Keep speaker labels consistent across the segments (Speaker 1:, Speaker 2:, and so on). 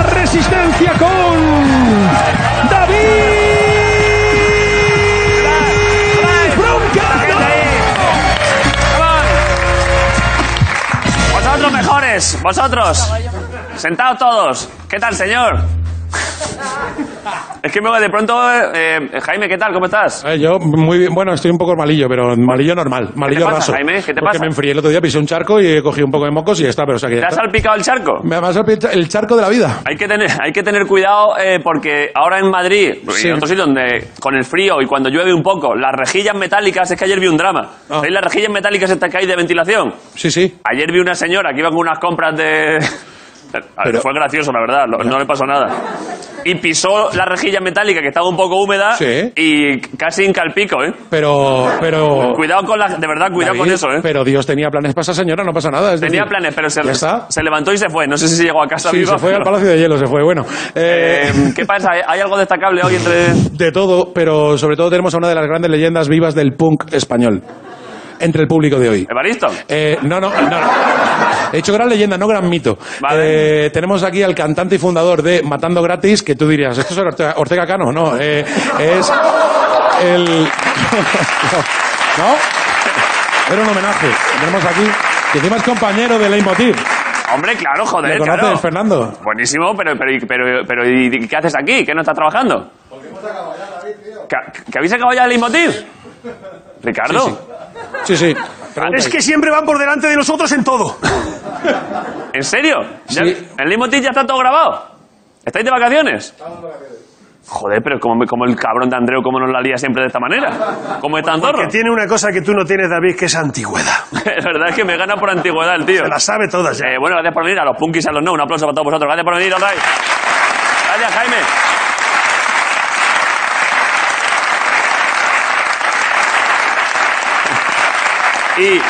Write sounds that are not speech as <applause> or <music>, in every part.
Speaker 1: asistencia con David Broncano.
Speaker 2: Vosotros mejores, vosotros. Sentados todos. ¿Qué tal, señor? Es que me voy de pronto, eh, eh, Jaime, ¿qué tal? ¿Cómo estás?
Speaker 3: Eh, yo muy bien, bueno, estoy un poco malillo, pero malillo normal, malillo
Speaker 2: ¿Qué te pasa,
Speaker 3: raso.
Speaker 2: Jaime? ¿Qué te
Speaker 3: Porque
Speaker 2: pasa?
Speaker 3: me enfrié el otro día, pisé un charco y cogí un poco de mocos y ya está, pero o sea que ya
Speaker 2: ¿Te has
Speaker 3: está.
Speaker 2: salpicado el charco?
Speaker 3: Me ha salpicado el charco de la vida.
Speaker 2: Hay que tener, hay que tener cuidado eh, porque ahora en Madrid,
Speaker 3: Sí.
Speaker 2: y en otros sitios donde con el frío y cuando llueve un poco, las rejillas metálicas, es que ayer vi un drama.
Speaker 3: Ah.
Speaker 2: ¿Veis las rejillas metálicas estas que hay de ventilación?
Speaker 3: Sí, sí.
Speaker 2: Ayer vi una señora que iba con unas compras de... A ver,
Speaker 3: <laughs> Pero-
Speaker 2: Fue gracioso, la verdad, lo- no le pasó nada. Y pisó la rejilla metálica que estaba un poco húmeda
Speaker 3: Sí.
Speaker 2: y casi hinca el pico, ¿eh?
Speaker 3: Pero, pero.
Speaker 2: Cuidado con la... De verdad, cuidado con
Speaker 3: David,
Speaker 2: eso, ¿eh?
Speaker 3: Pero Dios tenía planes para esa señora, no pasa nada. es
Speaker 2: Tenía
Speaker 3: decir,
Speaker 2: planes, pero se,
Speaker 3: ¿Ya está?
Speaker 2: se levantó y se fue. No sé si llegó a casa
Speaker 3: Sí,
Speaker 2: vivo.
Speaker 3: se fue al
Speaker 2: pero-
Speaker 3: Palacio de Hielo, se fue. Bueno, eh,
Speaker 2: Eh, ¿Qué pasa? ¿Hay algo destacable hoy entre...?
Speaker 3: de todo, pero sobre todo tenemos a una de las grandes leyendas vivas del punk español entre el público de hoy.
Speaker 2: ¿Evaristo?
Speaker 3: Eh, no, no, no, no. He hecho gran leyenda, no gran mito.
Speaker 2: Vale.
Speaker 3: Eh, tenemos aquí al cantante y fundador de Matando Gratis, que tú dirías, ¿esto es Ortega, Ortega Cano? No, eh, es el... <laughs> ¿No? Era un homenaje. Tenemos aquí, que encima es compañero de Leitmotiv.
Speaker 2: Hombre, claro, joder,
Speaker 3: ¿Le conoces,
Speaker 2: claro.
Speaker 3: Fernando?
Speaker 2: Buenísimo, pero, pero, pero, pero ¿y y qué haces aquí? ¿Qué no estás trabajando? ¿Que, que habéis acabado ya el
Speaker 3: <laughs>
Speaker 2: leitmotiv? Ricardo,
Speaker 3: Sí, sí. Pregunta
Speaker 4: Es que siempre van por delante de nosotros en todo.
Speaker 2: ¿en serio? ¿Ya-
Speaker 3: Sí.
Speaker 2: ¿El leitmotiv ya está todo grabado? ¿Estáis de vacaciones? Joder, pero como, como el cabrón de Andreu, ¿cómo nos la lía siempre de esta manera? ¿Cómo es tan zorro?
Speaker 4: Que
Speaker 2: <laughs>
Speaker 4: tiene una cosa que tú no tienes, David, que es antigüedad.
Speaker 2: La verdad es que me gana por antigüedad el tío.
Speaker 4: Te la sabe todas ya.
Speaker 2: Eh, bueno, gracias por venir a los punkis y a los no. Un aplauso para todos vosotros. Gracias por venir, all right. Gracias, Jaime. Y,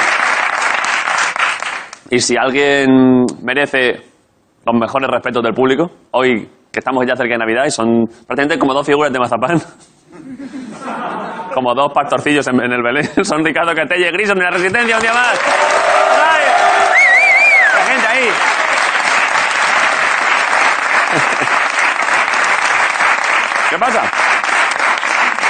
Speaker 2: y si alguien merece los mejores respetos del público, hoy que estamos ya cerca de Navidad y son prácticamente como dos figuras de mazapán. Como dos pastorcillos en, en el Belén. <laughs> Son Ricardo Catella y Grison en la Resistencia un día más. All right. La gente ahí. ¿Qué pasa?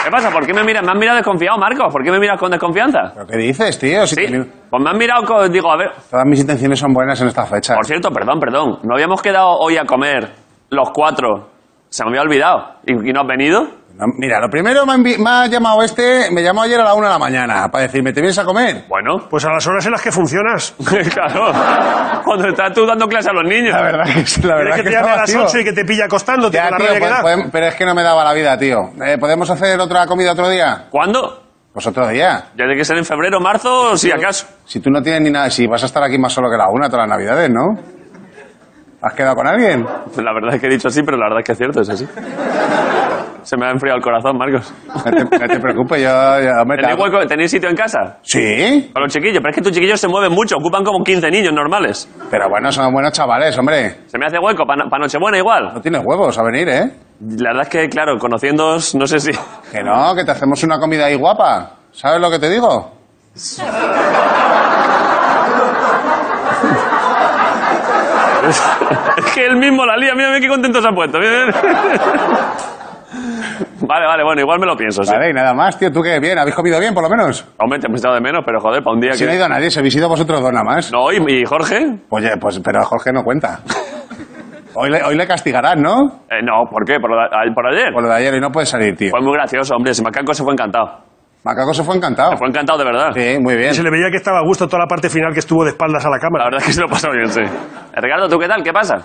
Speaker 2: ¿Qué pasa? ¿Por qué me miras? ¿Me han mirado desconfiado, Marcos? ¿Por qué me miras con desconfianza?
Speaker 5: ¿Pero qué dices, tío? Si
Speaker 2: Sí.
Speaker 5: te-
Speaker 2: Pues me han mirado con... Digo, a ver...
Speaker 5: Todas mis intenciones son buenas en esta fecha.
Speaker 2: Por cierto, perdón, perdón. No habíamos quedado hoy a comer los cuatro. Se me había olvidado. ¿Y, y no has venido?
Speaker 5: No, Mira, lo primero me ha, envi- me ha llamado este, me llamó ayer a la una de la mañana para decirme, ¿te vienes a comer?
Speaker 2: Bueno. <laughs>
Speaker 4: Pues a las horas en las que funcionas.
Speaker 2: claro. Cuando estás tú dando clase a los niños.
Speaker 5: La verdad que sí, la
Speaker 4: Quieres
Speaker 5: verdad
Speaker 4: que
Speaker 5: que
Speaker 4: te llame a
Speaker 5: estaba,
Speaker 4: las
Speaker 5: tío.
Speaker 4: 8 y que te pilla acostándote
Speaker 5: Ya,
Speaker 4: con la
Speaker 5: tío,
Speaker 4: rabia que
Speaker 5: pues,
Speaker 4: da.
Speaker 5: podem- pero es que no me daba la vida, tío. Eh, ¿Podemos hacer otra comida otro día?
Speaker 2: ¿Cuándo?
Speaker 5: Pues otro día.
Speaker 2: Ya tiene que ser en febrero, marzo, si acaso.
Speaker 5: Si tú no tienes ni nada, si vas a estar aquí más solo que la una todas las navidades, ¿no? ¿Has quedado con alguien?
Speaker 2: La verdad es que he dicho así, pero la verdad es que es cierto, es así. Se me ha enfriado el corazón, Marcos.
Speaker 5: No te, no te preocupes, yo...
Speaker 4: <laughs>
Speaker 5: yo- hombre, te
Speaker 2: ¿Tenéis,
Speaker 5: hago-
Speaker 2: hueco- tenéis sitio en casa?
Speaker 5: Sí,
Speaker 2: Con los chiquillos, pero es que tus chiquillos se mueven mucho, ocupan como 15 niños normales.
Speaker 5: pero bueno, son buenos chavales, hombre.
Speaker 2: Se me hace hueco, para Nochebuena igual.
Speaker 5: No tienes huevos a venir, ¿eh?
Speaker 2: La verdad es que, claro, conociéndoos, no sé si... <laughs>
Speaker 5: Que no, que te hacemos una comida ahí guapa. ¿Sabes lo que te digo?
Speaker 2: es que él mismo la lía, mira, mira qué contento se ha puesto. mira, mira. vale, vale, bueno, igual me lo pienso, sí.
Speaker 5: Vale, y nada más, tío, tú que bien, habéis comido bien por lo menos.
Speaker 2: Hombre, te he echado de menos, pero joder, para un día
Speaker 5: Si no ha
Speaker 2: que...
Speaker 5: ido nadie, se habéis ido vosotros dos nada más.
Speaker 2: No, ¿y, y Jorge?
Speaker 5: Oye, pues, pero a Jorge no cuenta. Hoy le, hoy le castigarán, ¿no?
Speaker 2: Eh, no, ¿por qué? ¿Por, lo de- por ayer?
Speaker 5: Por lo de ayer y no puede salir, tío.
Speaker 2: Fue muy gracioso, hombre, ese macaco se fue encantado.
Speaker 5: Macaco se fue encantado.
Speaker 2: Se fue encantado de verdad.
Speaker 5: Sí, muy bien.
Speaker 4: Se le veía que estaba a gusto toda la parte final que estuvo de espaldas a la
Speaker 2: La
Speaker 4: cámara.
Speaker 2: verdad es que se lo pasó bien, sí. Eh, Ricardo, ¿tú qué tal? ¿Qué pasa?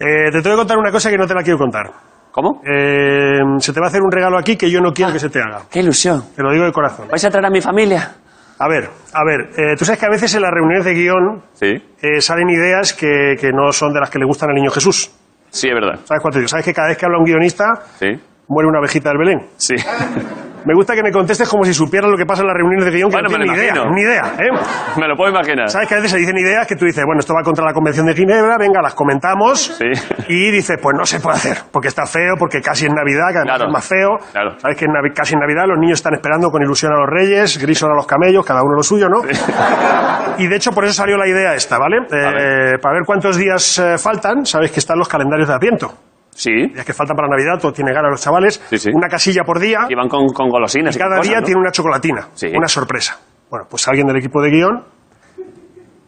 Speaker 4: Eh, te tengo que contar una cosa que no te la quiero contar.
Speaker 2: ¿Cómo?
Speaker 4: Eh, se te va a hacer un regalo aquí que yo no quiero que se te haga.
Speaker 2: ¡Qué ilusión!
Speaker 4: Te lo digo de corazón.
Speaker 2: ¿Vais a traer a mi familia?
Speaker 4: A ver, a ver. eh, tú sabes que a veces en las reuniones de guión
Speaker 2: Sí.
Speaker 4: eh, salen ideas que, que no son de las que le gustan al niño Jesús.
Speaker 2: Sí, es verdad.
Speaker 4: ¿Sabes cuánto digo? ¿Sabes que cada vez que habla un guionista
Speaker 2: Sí.
Speaker 4: muere una abejita del Belén?
Speaker 2: Sí. <laughs>
Speaker 4: Me gusta que me contestes como si supieras lo que pasa en las reuniones de guión, que
Speaker 2: Bueno,
Speaker 4: no
Speaker 2: me
Speaker 4: tienes
Speaker 2: lo
Speaker 4: ni idea,
Speaker 2: imagino.
Speaker 4: ni idea, ¿eh?
Speaker 2: Me lo puedo imaginar.
Speaker 4: ¿Sabes que a veces se dicen ideas que tú dices, bueno, esto va contra la Convención de Ginebra, venga, las comentamos,
Speaker 2: Sí.
Speaker 4: y dices, pues no se puede hacer, porque está feo, porque casi es Navidad, que además
Speaker 2: Claro.
Speaker 4: es más feo.
Speaker 2: Claro.
Speaker 4: Sabes que en Navi- casi en Navidad los niños están esperando con ilusión a los reyes, Grison a los camellos, cada uno lo suyo, ¿no? Y de hecho por eso salió la idea esta, ¿vale? Eh,
Speaker 2: ver.
Speaker 4: para ver cuántos días eh, faltan, sabes que están los calendarios de Adviento.
Speaker 2: Sí.
Speaker 4: Días que faltan para Navidad, todo tiene ganas los chavales.
Speaker 2: Sí, sí.
Speaker 4: Una casilla por día.
Speaker 2: Y van con, con golosinas.
Speaker 4: Y
Speaker 2: y
Speaker 4: cada
Speaker 2: con cosas,
Speaker 4: día
Speaker 2: ¿no?
Speaker 4: tiene una chocolatina,
Speaker 2: Sí.
Speaker 4: una sorpresa. Bueno, pues alguien del equipo de guión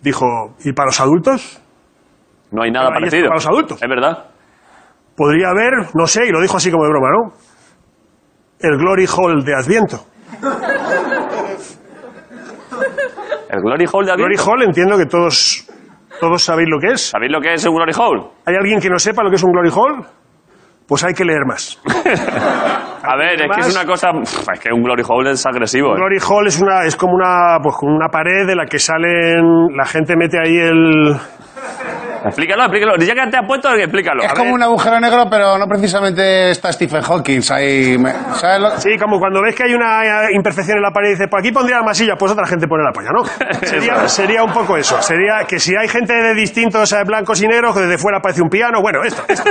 Speaker 4: dijo, ¿y para los adultos?
Speaker 2: No hay nada
Speaker 4: Ahí está
Speaker 2: parecido.
Speaker 4: para los adultos.
Speaker 2: Es verdad.
Speaker 4: Podría haber, no sé, y lo dijo así como de broma, ¿no? El Glory Hall de Adviento.
Speaker 2: El Glory Hole de
Speaker 4: Glory
Speaker 2: Adviento.
Speaker 4: Hall entiendo que todos, todos sabéis lo que es.
Speaker 2: ¿Sabéis lo que es un Glory Hole?
Speaker 4: ¿Hay alguien que no sepa lo que es un Glory Hall? Pues hay que leer más.
Speaker 2: A ver, es que es
Speaker 4: más?
Speaker 2: una cosa... Pff, Es que un Glory Hole es agresivo.
Speaker 4: Un
Speaker 2: ¿eh?
Speaker 4: Glory Hall es una es como una pues como una pared de la que salen la gente mete ahí el
Speaker 2: Explícalo, explícalo. Ya que te has puesto, explícalo.
Speaker 5: Es
Speaker 2: A ver,
Speaker 5: como un agujero negro, pero no precisamente está Stephen Hawking ahí. me- ¿Sabes lo-
Speaker 4: sí como cuando ves que hay una eh, imperfección en la pared y dices por aquí pondría la masilla pues otra gente pone la polla no sería, sería un poco eso sería que si hay gente de distintos eh, blancos y negros que desde fuera parece un piano bueno esto, esto.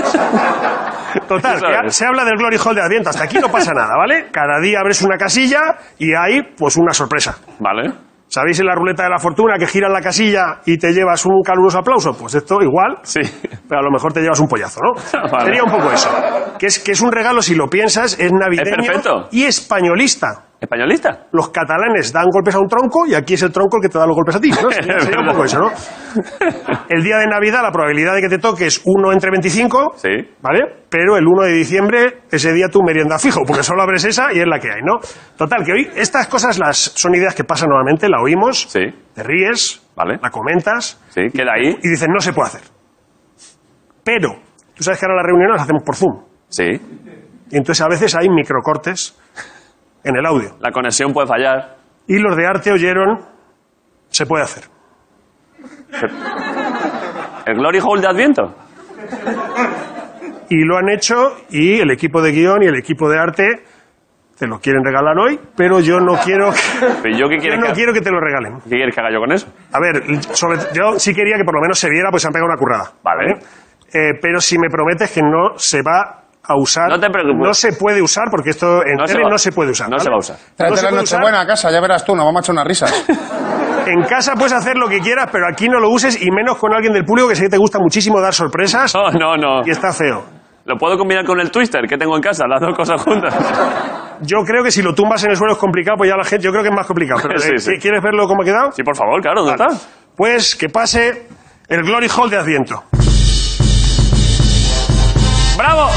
Speaker 4: total
Speaker 2: Eso
Speaker 4: que ha-
Speaker 2: es.
Speaker 4: se habla del Glory Hall de Adviento hasta aquí no pasa nada vale cada día abres una casilla y hay pues una sorpresa
Speaker 2: Vale.
Speaker 4: ¿Sabéis en la ruleta de la fortuna que giras la casilla y te llevas un caluroso aplauso? Pues esto igual,
Speaker 2: Sí. <laughs>
Speaker 4: pero a lo mejor te llevas un pollazo, ¿no?
Speaker 2: Vale.
Speaker 4: Sería un poco eso. Que es, que es un regalo, si lo piensas, es navideño
Speaker 2: Es perfecto.
Speaker 4: y españolista.
Speaker 2: ¿Españolista?
Speaker 4: Los catalanes dan golpes a un tronco y aquí es el tronco el que te da los golpes a ti.
Speaker 2: <laughs>
Speaker 4: ¿no? Sería,
Speaker 2: Es
Speaker 4: sería un
Speaker 2: verdad.
Speaker 4: poco eso, ¿no? El día de Navidad la probabilidad de que te toque es 1 entre 25,
Speaker 2: Sí.
Speaker 4: ¿vale? Pero el 1 de diciembre, ese día tu merienda fijo, porque solo abres esa y es la que hay, ¿no? Total, que hoy estas cosas las son ideas que pasan normalmente, la oímos,
Speaker 2: Sí.
Speaker 4: te ríes,
Speaker 2: Vale.
Speaker 4: la comentas
Speaker 2: Sí, queda ahí.
Speaker 4: y dices, no se puede hacer. Pero, tú sabes que ahora las reuniones las hacemos por Zoom.
Speaker 2: Sí.
Speaker 4: Y entonces a veces hay microcortes en el audio.
Speaker 2: La conexión puede fallar.
Speaker 4: Y los de arte oyeron, se puede hacer.
Speaker 2: ¿El Glory Hole de Adviento?
Speaker 4: Y lo han hecho y el equipo de guión y el equipo de arte te lo quieren regalar hoy, pero yo no quiero
Speaker 2: <laughs>
Speaker 4: que,
Speaker 2: Pero yo qué
Speaker 4: yo
Speaker 2: quieres,
Speaker 4: no
Speaker 2: que,
Speaker 4: quiero que te lo regalen.
Speaker 2: ¿qué quieres que haga yo con eso?
Speaker 4: A ver, sobre- yo sí quería que por lo menos se viera, pues se han pegado una currada.
Speaker 2: Vale.
Speaker 4: Eh, pero si me prometes que no se va a usar.
Speaker 2: No te preocupes.
Speaker 4: No se puede usar, porque esto en
Speaker 2: No se
Speaker 4: tele
Speaker 2: va-
Speaker 4: no se puede usar.
Speaker 2: no
Speaker 4: ¿vale?
Speaker 2: se va a usar.
Speaker 4: No
Speaker 5: Tráete
Speaker 4: se
Speaker 5: la
Speaker 4: puede usar.
Speaker 5: Nochebuena a casa, ya verás tú, nos vamos a echar unas risas.
Speaker 4: En casa puedes hacer lo que quieras, pero aquí no lo uses y menos con alguien del público que sé que te gusta muchísimo dar sorpresas
Speaker 2: No, no, no.
Speaker 4: y está feo.
Speaker 2: ¿Lo puedo combinar con el Twister que tengo en casa? Las dos cosas juntas.
Speaker 4: Yo creo que si lo tumbas en el suelo es complicado, pues ya la gente, yo creo que es más complicado.
Speaker 2: <laughs>
Speaker 4: Pero,
Speaker 2: Sí,
Speaker 4: eh,
Speaker 2: sí.
Speaker 4: ¿Quieres verlo cómo ha quedado?
Speaker 2: Sí, ¿Ah? por favor, claro, ¿dónde
Speaker 4: Vale.
Speaker 2: está?
Speaker 4: Pues que pase el Glory Hall de Adviento.
Speaker 2: ¡Bravo!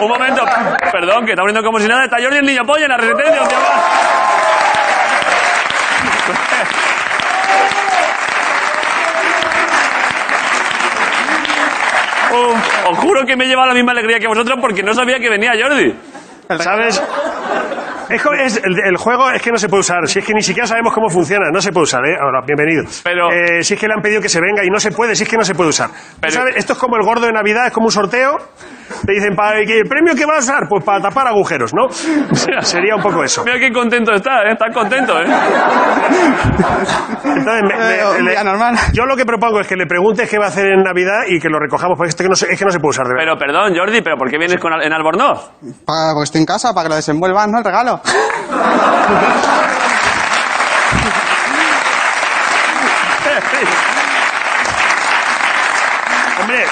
Speaker 2: Un momento, perdón, que está abriendo como si nada. Está Jordi el niño polla en la resistencia. un tío más. Uf, Oh, os juro que me he llevado la misma alegría que vosotros porque no sabía que venía Jordi.
Speaker 4: ¿Sabes? Es, co- es- el, el juego es que no se puede usar. Si es que ni siquiera sabemos cómo funciona, no se puede usar, ¿eh? Ahora, bienvenido.
Speaker 2: Pero-
Speaker 4: Eh, si es que le han pedido que se venga y no se puede, si es que no se puede usar.
Speaker 2: Pero-
Speaker 4: ¿Sabes? Esto es como el gordo de Navidad, es como un sorteo. Te dicen, ¿para el, el premio que va a usar? Pues para tapar agujeros,
Speaker 2: <laughs>
Speaker 4: ¿no? <laughs> Sería un poco eso.
Speaker 2: Mira qué contento está, ¿eh? Está contento, ¿eh?
Speaker 4: Entonces, me- me-
Speaker 6: Eh, un
Speaker 4: le-
Speaker 6: día normal.
Speaker 4: Yo lo que propongo es que le preguntes qué va a hacer en Navidad y que lo recojamos, porque esto que no se- es que no se puede usar de verdad.
Speaker 2: Pero perdón, Jordi, ¿pero por qué vienes con al- en Albornoz?
Speaker 6: Pa- porque estoy en casa, para que lo desenvuelvan, ¿no? El regalo.
Speaker 4: Hombre,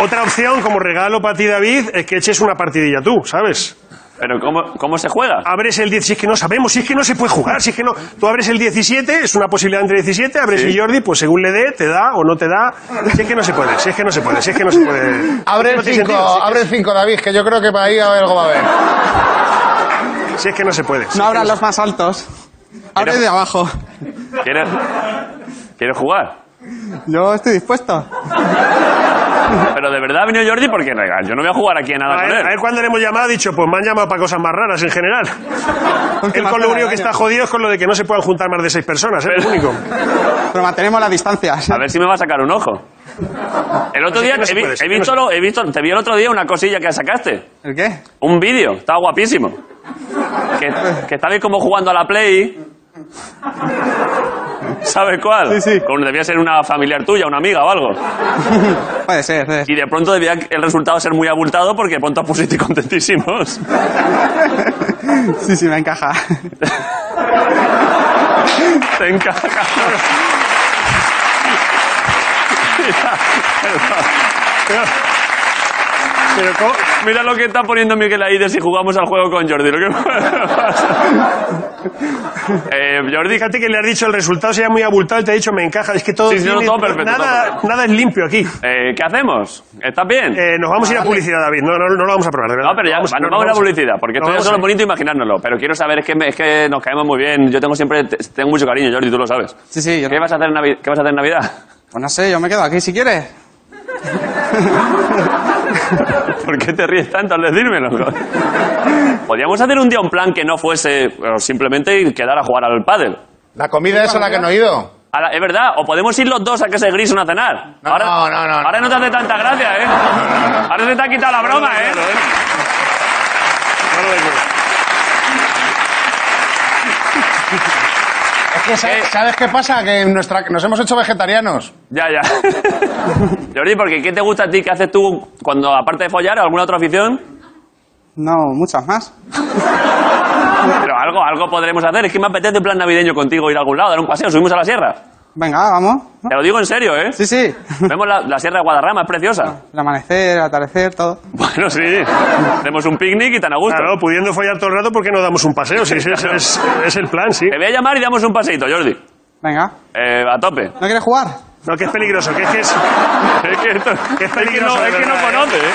Speaker 4: otra opción como regalo para ti, David, es que eches una partidilla tú, ¿sabes?
Speaker 2: ¿Pero cómo, cómo se juega?
Speaker 4: Abres el 10, si es que no sabemos, si es que no se puede jugar, si es que no. Tú abres el 17, es una posibilidad entre 17, abres
Speaker 2: Sí.
Speaker 4: y Jordi, pues según le dé, te da o no te da. Si es que no se puede, si es que no se puede, si es que no se puede.
Speaker 5: Abre
Speaker 4: no
Speaker 5: el
Speaker 4: tiene
Speaker 5: 5,
Speaker 4: sentido, si es que-
Speaker 5: abre el 5, David, que yo creo que para ahí algo va a haber.
Speaker 4: Si es que no se puede.
Speaker 6: No abran los más altos. Abre de abajo.
Speaker 2: ¿Quieres, ¿Quieres jugar?
Speaker 6: Yo estoy dispuesto.
Speaker 2: Pero de verdad ha venido Jordi porque regal. Yo no voy a jugar aquí a nada
Speaker 4: A
Speaker 2: con
Speaker 4: él, a él
Speaker 2: él.
Speaker 4: cuando le hemos llamado ha dicho, pues me han llamado para cosas más raras en general.
Speaker 6: Porque
Speaker 4: Él
Speaker 6: más
Speaker 4: con lo
Speaker 6: tarde
Speaker 4: único que
Speaker 6: del
Speaker 4: está
Speaker 6: año.
Speaker 4: jodido es con lo de que no se puedan juntar más de seis personas, ¿eh?
Speaker 2: Pero-
Speaker 4: lo único.
Speaker 6: Pero mantenemos las distancias.
Speaker 2: A ver si me va a sacar un ojo. El otro
Speaker 4: Así
Speaker 2: día
Speaker 4: que no se
Speaker 2: he, vi-
Speaker 4: puede, sí
Speaker 2: he
Speaker 4: que no
Speaker 2: visto
Speaker 4: se
Speaker 2: lo- he visto- te vi el otro día una cosilla que sacaste.
Speaker 6: ¿El qué?
Speaker 2: Un vídeo, estaba guapísimo. Que, que estabais como jugando a la Play. ¿Sabes cuál?
Speaker 6: Sí, sí.
Speaker 2: Con- debía ser una familiar tuya, una amiga o algo.
Speaker 6: Puede ser, puede ser.
Speaker 4: <laughs>
Speaker 2: Y de pronto debía el resultado ser muy abultado porque de pronto os pusisteis contentísimos.
Speaker 6: Sí, sí, me encaja.
Speaker 2: Te encaja.
Speaker 4: Pero ¿cómo?
Speaker 2: Mira lo que está poniendo Miguel ahí de si jugamos al juego con Jordi. Lo que Eh, Jordi,
Speaker 4: Fíjate que le has dicho el resultado sería muy abultado y te ha dicho me encaja. Es que todo,
Speaker 2: Sí, sí, no,
Speaker 4: tiene-
Speaker 2: todo perfecto,
Speaker 4: nada, nada es limpio aquí.
Speaker 2: eh, ¿qué hacemos? ¿Estás bien?
Speaker 4: Eh, nos vamos a ir a publicidad, David. No, no, no lo vamos a probar, de verdad.
Speaker 2: No, pero ya
Speaker 4: Vamos-
Speaker 2: va,
Speaker 4: no,
Speaker 2: nos vamos a la
Speaker 4: vamos a-
Speaker 2: publicidad, porque
Speaker 4: nos
Speaker 2: esto ya
Speaker 4: vamos
Speaker 2: solo
Speaker 4: a-
Speaker 2: es bonito imaginárnoslo, pero quiero saber, es que, me- es que nos caemos muy bien, yo tengo siempre, te- tengo mucho cariño, Jordi, tú lo sabes.
Speaker 6: Sí, sí, yo
Speaker 2: ¿Qué vas a hacer en, Navi- qué vas a hacer en Navidad? <laughs>
Speaker 6: Pues no sé, yo me quedo aquí si quieres.
Speaker 2: ¿Por qué te ríes tanto al decírmelo? <laughs> Podríamos hacer un día un plan que no fuese bueno, simplemente quedar a jugar al pádel.
Speaker 5: La comida es a la que no he ido.
Speaker 2: A la- es verdad, o podemos ir los dos a que se grisen a cenar.
Speaker 5: No, no, no, no.
Speaker 2: Ahora no te hace tanta gracia, ¿eh? Ahora se te ha quitado la broma, ¿eh?
Speaker 5: Es que sa-
Speaker 2: Eh.
Speaker 5: ¿sabes, qué pasa? Que en nuestra, nos hemos hecho vegetarianos.
Speaker 2: Ya, <laughs> ya. Jordi, porque ¿qué te gusta a ti? ¿Qué haces tú cuando, aparte de follar, alguna otra afición?
Speaker 6: No, muchas más.
Speaker 2: Pero algo, algo podremos hacer. Es que me apetece un plan navideño contigo ir a algún lado, dar un paseo, subimos a la sierra.
Speaker 6: Venga, vamos.
Speaker 2: Te lo digo en serio, ¿eh?
Speaker 6: Sí, sí.
Speaker 2: Vemos la, la sierra de Guadarrama, es preciosa.
Speaker 6: El amanecer, el atardecer, todo.
Speaker 2: Bueno, sí. Hacemos un picnic y tan a gusto.
Speaker 4: Claro, pudiendo follar todo el rato, ¿por qué no damos un paseo? Sí, sí, ese es, es el plan, sí.
Speaker 2: Te voy a llamar y damos un paseito, Jordi.
Speaker 6: Venga.
Speaker 2: Eh, a tope.
Speaker 6: ¿No quieres jugar?
Speaker 4: No, que es peligroso, que es que es,
Speaker 2: Es que, esto-
Speaker 4: Qué
Speaker 2: es que
Speaker 4: peligroso,
Speaker 2: no,
Speaker 4: de
Speaker 2: es que no
Speaker 4: verdad, ¿eh?
Speaker 2: conoce, ¿eh?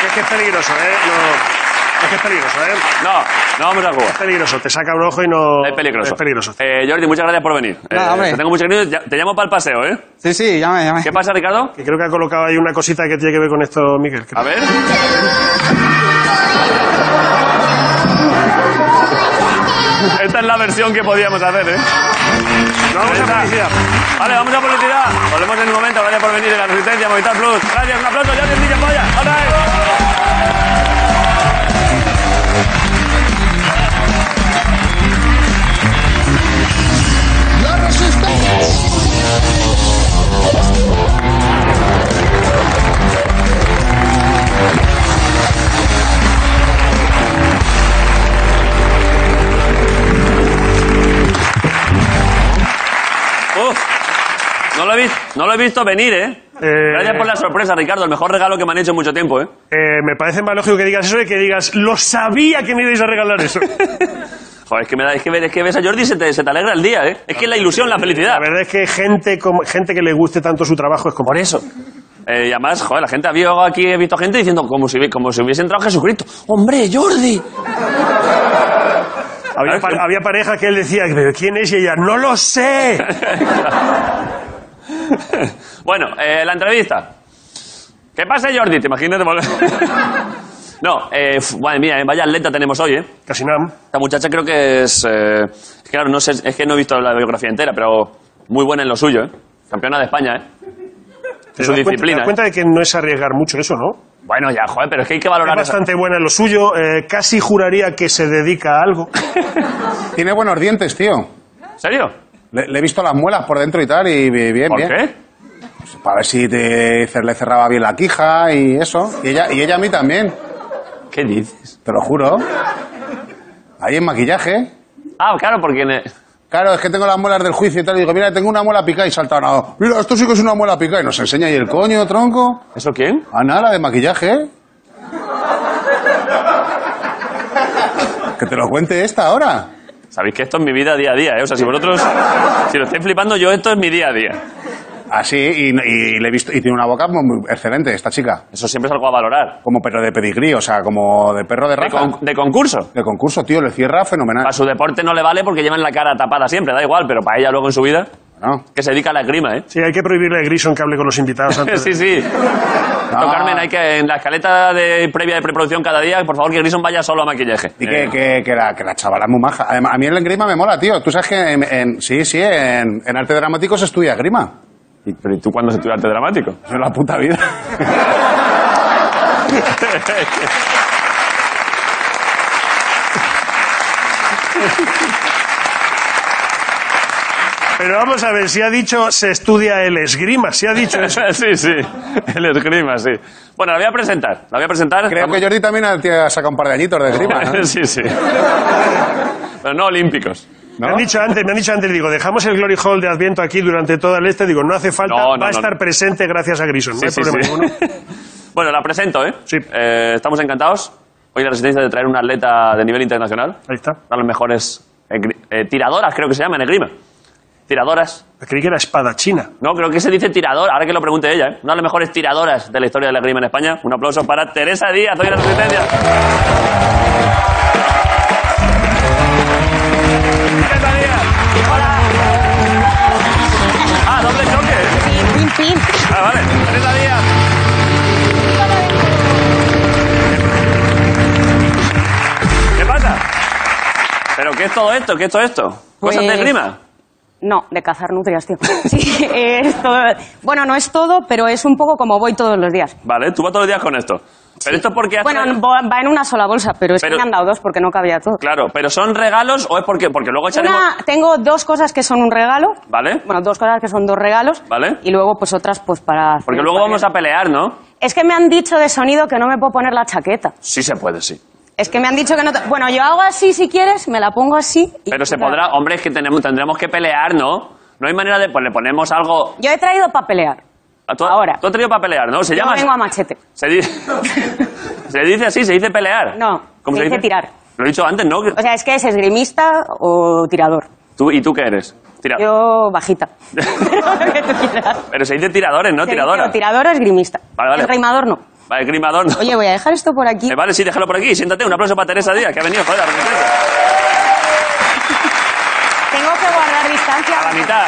Speaker 4: que es, que es peligroso, ¿eh? No, es que es peligroso, ¿eh?
Speaker 2: No, no vamos a jugar.
Speaker 4: Es peligroso, te saca un ojo y no...
Speaker 2: Es peligroso.
Speaker 4: Es peligroso.
Speaker 2: Eh, Jordi, muchas gracias por venir.
Speaker 6: Nada,
Speaker 2: Eh,
Speaker 6: hombre.
Speaker 2: te tengo mucho cariño. Ya- Te llamo para el paseo, ¿eh?
Speaker 6: Sí, sí, llame, llame.
Speaker 2: ¿Qué pasa, Ricardo?
Speaker 4: Que creo que ha colocado ahí una cosita que tiene que ver con esto, Miguel.
Speaker 2: A ver. Esta es la versión que podíamos hacer, ¿eh?
Speaker 4: vamos a publicidad.
Speaker 2: Vale, vamos a publicidad. Volvemos en un momento. Gracias por venir de la Resistencia, Movistar Plus. Gracias, un aplauso. Jordi Villa Polla. Hola, eh. Uf. No lo, he vis- no lo he visto venir, ¿eh?
Speaker 4: Eh.
Speaker 2: Gracias por la sorpresa, Ricardo. El mejor regalo que me han hecho en mucho tiempo, ¿eh?
Speaker 4: Eh, me parece más lógico que digas eso y que digas, lo sabía que me ibais a regalar eso.
Speaker 2: Joder, es que, me da, es que, ves, es que ves a Jordi y se te, se te alegra el día, ¿eh? Es que es la ilusión, la felicidad.
Speaker 4: La verdad es que gente, como- gente que le guste tanto su trabajo es como...
Speaker 2: Por eso. Eh, y además, joder, la gente ha habido aquí, he visto gente diciendo como si, hubi- como si hubiese entrado Jesucristo. ¡Hombre,
Speaker 4: <laughs>
Speaker 2: Jordi!
Speaker 4: Había,
Speaker 2: Claro,
Speaker 4: pa- había pareja que él decía, pero ¿quién es? Y ella, no lo sé.
Speaker 2: bueno, eh, la entrevista. ¿Qué pasa, Jordi? ¿Te imaginas
Speaker 4: <laughs>
Speaker 2: de volver? no, eh, f- madre mía, eh, vaya atleta tenemos hoy, ¿eh?
Speaker 4: Casi nada.
Speaker 2: Esta muchacha creo que es... eh, es que, claro, no sé, es que no he visto la biografía entera, pero muy buena en lo suyo, ¿eh? Campeona de España, ¿eh? En su
Speaker 4: ¿Te das cuenta-
Speaker 2: disciplina.
Speaker 4: ¿Te das
Speaker 2: ¿eh?
Speaker 4: cuenta de que no es arriesgar mucho eso, no?
Speaker 2: Bueno, ya, joder, pero es que hay que
Speaker 4: Es
Speaker 2: valorar... esa-
Speaker 4: bastante buena en lo suyo. eh, casi juraría que se dedica a
Speaker 2: <laughs>
Speaker 4: algo.
Speaker 5: Tiene buenos dientes, tío.
Speaker 2: ¿En serio?
Speaker 5: Le, le he visto las muelas por dentro y tal, y bi- bien,
Speaker 2: ¿Por
Speaker 5: bien.
Speaker 2: qué?
Speaker 5: Para ver si te, cer- le cerraba bien la quija y eso. Y ella, y ella a mí también,
Speaker 2: ¿Qué dices?
Speaker 5: te lo juro. Ahí en maquillaje.
Speaker 2: Ah, claro, porque... en el-
Speaker 5: Claro, es que tengo las muelas del juicio y tal. Y digo, mira, tengo una muela picada y salta nada. Mira, esto sí que es una muela picada. Y nos enseña ahí el coño, tronco.
Speaker 2: ¿Eso quién?
Speaker 5: Ana, la de maquillaje. ¿eh? Que te lo cuente esta ahora.
Speaker 2: Sabéis que esto es mi vida día a día, ¿eh? O sea, si vosotros... Si lo estáis flipando, yo esto es mi día a día.
Speaker 5: Así, Ah, y, y le he visto, y tiene una boca muy, muy excelente, esta chica.
Speaker 2: Eso siempre es algo a valorar.
Speaker 5: Como perro de pedigrí, o sea, como de perro de
Speaker 2: De,
Speaker 5: raza.
Speaker 2: con- de concurso.
Speaker 5: De concurso, tío, le cierra fenomenal.
Speaker 2: Para su deporte no le vale porque llevan la cara tapada siempre, da igual, pero para ella luego en su vida,
Speaker 5: ¿no?
Speaker 2: que se dedica a la grima, ¿eh?
Speaker 4: Sí, hay que prohibirle a Grison que hable con los invitados antes.
Speaker 2: Sí, sí. Esto, Carmen, hay que en la escaleta de previa de preproducción cada día, por favor, que Grison vaya solo a maquillaje.
Speaker 5: Y que,
Speaker 2: Eh,
Speaker 5: que, que la, que la chavala es muy maja. Además, a mí el grima me mola, tío. Tú sabes que en, en- sí, sí, en, en arte dramático se estudia grima.
Speaker 2: ¿y- ¿Pero y tú cuándo estudiaste
Speaker 5: <laughs>
Speaker 2: dramático?
Speaker 5: Eso es la puta
Speaker 2: <laughs>
Speaker 5: vida.
Speaker 4: Pero vamos a ver, si ha dicho se estudia el esgrima, si ha
Speaker 2: <laughs>
Speaker 4: dicho eso.
Speaker 2: sí, sí. El esgrima, sí. Bueno, la voy a presentar. La voy a presentar.
Speaker 5: Creo que Jordi también ha te ha sacado un par de añitos de esgrima,
Speaker 2: <laughs>
Speaker 5: ¿no?
Speaker 2: sí, sí. Pero no olímpicos.
Speaker 5: ¿No?
Speaker 4: Me han dicho antes, me han dicho antes, digo, dejamos el Glory Hall de Adviento aquí durante todo el este, digo, no hace falta,
Speaker 2: No, no,
Speaker 4: va a
Speaker 2: no,
Speaker 4: estar
Speaker 2: no.
Speaker 4: presente gracias a Grison, no
Speaker 2: Sí,
Speaker 4: hay
Speaker 2: sí,
Speaker 4: problema
Speaker 2: sí.
Speaker 4: ninguno.
Speaker 2: <laughs> bueno, la presento, ¿eh?
Speaker 4: Sí.
Speaker 2: Eh, estamos encantados. Hoy la resistencia de traer un atleta de nivel internacional.
Speaker 4: Ahí está.
Speaker 2: Una de las mejores esgri- eh, tiradoras, creo que se llama en esgrima. Tiradoras.
Speaker 4: Creí que era espada china.
Speaker 2: No, creo que se dice tiradora, ahora que lo pregunte ella, ¿eh? Una de las mejores tiradoras de la historia de la esgrima en España. Un aplauso para Teresa Díaz, hoy en la resistencia. Teresa Díaz, hola. Ah, doble choque.
Speaker 7: Pim, pim, pim.
Speaker 2: Ah, vale, 30 días. ¿Qué pasa? ¿Pero qué es todo esto? ¿Qué es todo esto? ¿Cosas de
Speaker 7: Pues-
Speaker 2: esgrima?
Speaker 7: No, de cazar nutrias, tío. <laughs> Sí, eh, es todo- Bueno, no es todo, pero es un poco como voy todos los días.
Speaker 2: Vale, tú vas todos los días con esto. ¿Pero esto es porque has
Speaker 7: Bueno,
Speaker 2: traído-
Speaker 7: va va en una sola bolsa, pero es
Speaker 2: Pero-
Speaker 7: que me han dado dos porque no cabía todo.
Speaker 2: Claro, ¿pero son regalos o es porque...? Porque luego echaremos...
Speaker 7: Una, tengo dos cosas que son un regalo.
Speaker 2: Vale.
Speaker 7: Bueno, dos cosas que son dos regalos.
Speaker 2: Vale.
Speaker 7: Y luego, pues otras, pues para. hacer-
Speaker 2: Porque luego vamos a pelear, ¿no?
Speaker 7: Es que me han dicho de sonido que no me puedo poner la chaqueta.
Speaker 2: Sí se puede, sí.
Speaker 7: Es que me han dicho que no. te- Bueno, yo hago así si quieres, me la pongo así. y-
Speaker 2: Pero se podrá... Hombre, es que tenemos, tendremos que pelear, ¿no? No hay manera de... Pues le ponemos algo...
Speaker 7: Yo he traído para pelear.
Speaker 2: ¿Tú,
Speaker 7: Ahora.
Speaker 2: Tú has tenido para pelear, ¿no? Se
Speaker 7: Yo
Speaker 2: llama...
Speaker 7: vengo a machete.
Speaker 2: Se dice, <laughs> se dice así, se dice pelear.
Speaker 7: No, se dice tirar.
Speaker 2: Lo he dicho antes, ¿no?
Speaker 7: O sea, es que es esgrimista o tirador.
Speaker 2: ¿Tú, ¿Y tú qué eres? Tira-
Speaker 7: Yo
Speaker 2: <laughs>
Speaker 7: bajita. <laughs> Pero lo que tú quieras.
Speaker 2: Pero se dice tiradores, no
Speaker 7: Te
Speaker 2: tiradora.
Speaker 7: digo, Tirador o esgrimista.
Speaker 2: Vale, vale.
Speaker 7: El reimador no.
Speaker 2: Vale, grimador. no.
Speaker 7: Oye, voy a dejar esto por aquí.
Speaker 2: Eh, vale, sí, déjalo por aquí. Siéntate, un aplauso para Teresa Díaz, que ha venido, joder, a la resistencia.
Speaker 7: Tengo que guardar distancia.
Speaker 2: A la mitad.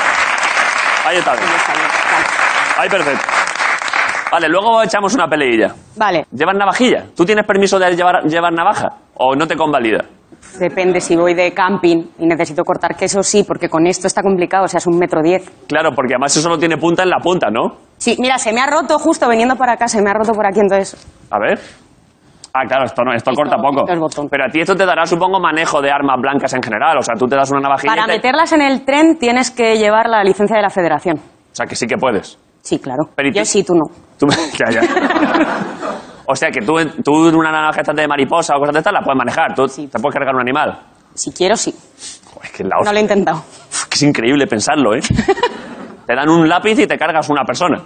Speaker 2: Ahí está bien. Ahí perfecto. Vale, luego echamos una peleilla.
Speaker 7: Vale,
Speaker 2: ¿Llevas navajilla? ¿Tú tienes permiso de llevar, llevar navaja? ¿O no te convalida?
Speaker 7: depende si voy de camping y necesito cortar queso, sí, porque con esto está complicado, o sea, es un metro diez.
Speaker 2: Claro, porque además eso solo tiene punta en la punta, ¿no?
Speaker 7: Sí, mira, se me ha roto justo viniendo para acá, se me ha roto por aquí, entonces
Speaker 2: A ver. Ah, claro, esto, no, esto, corta poco.
Speaker 7: esto es botón.
Speaker 2: Pero a ti esto te dará, supongo, manejo de armas blancas en general. O sea, tú te das una navajilla.
Speaker 7: Para
Speaker 2: y te-
Speaker 7: meterlas en el tren tienes que llevar la licencia de la federación.
Speaker 2: O sea, que sí que puedes.
Speaker 7: Sí, claro.
Speaker 2: Pero ¿y
Speaker 7: Yo
Speaker 2: tú?
Speaker 7: sí, tú no.
Speaker 2: Tú... <laughs> ya, ya. <laughs> o sea, que tú, en- tú en una navaja esta de mariposa o cosas de estas la puedes manejar. Tú
Speaker 7: Sí.
Speaker 2: te puedes cargar un animal.
Speaker 7: Si quiero, sí.
Speaker 2: Joder, es que es la
Speaker 7: No
Speaker 2: hostia.
Speaker 7: lo he intentado. <laughs>
Speaker 2: Uf, que es increíble pensarlo, ¿eh? te dan un lápiz y te cargas una persona.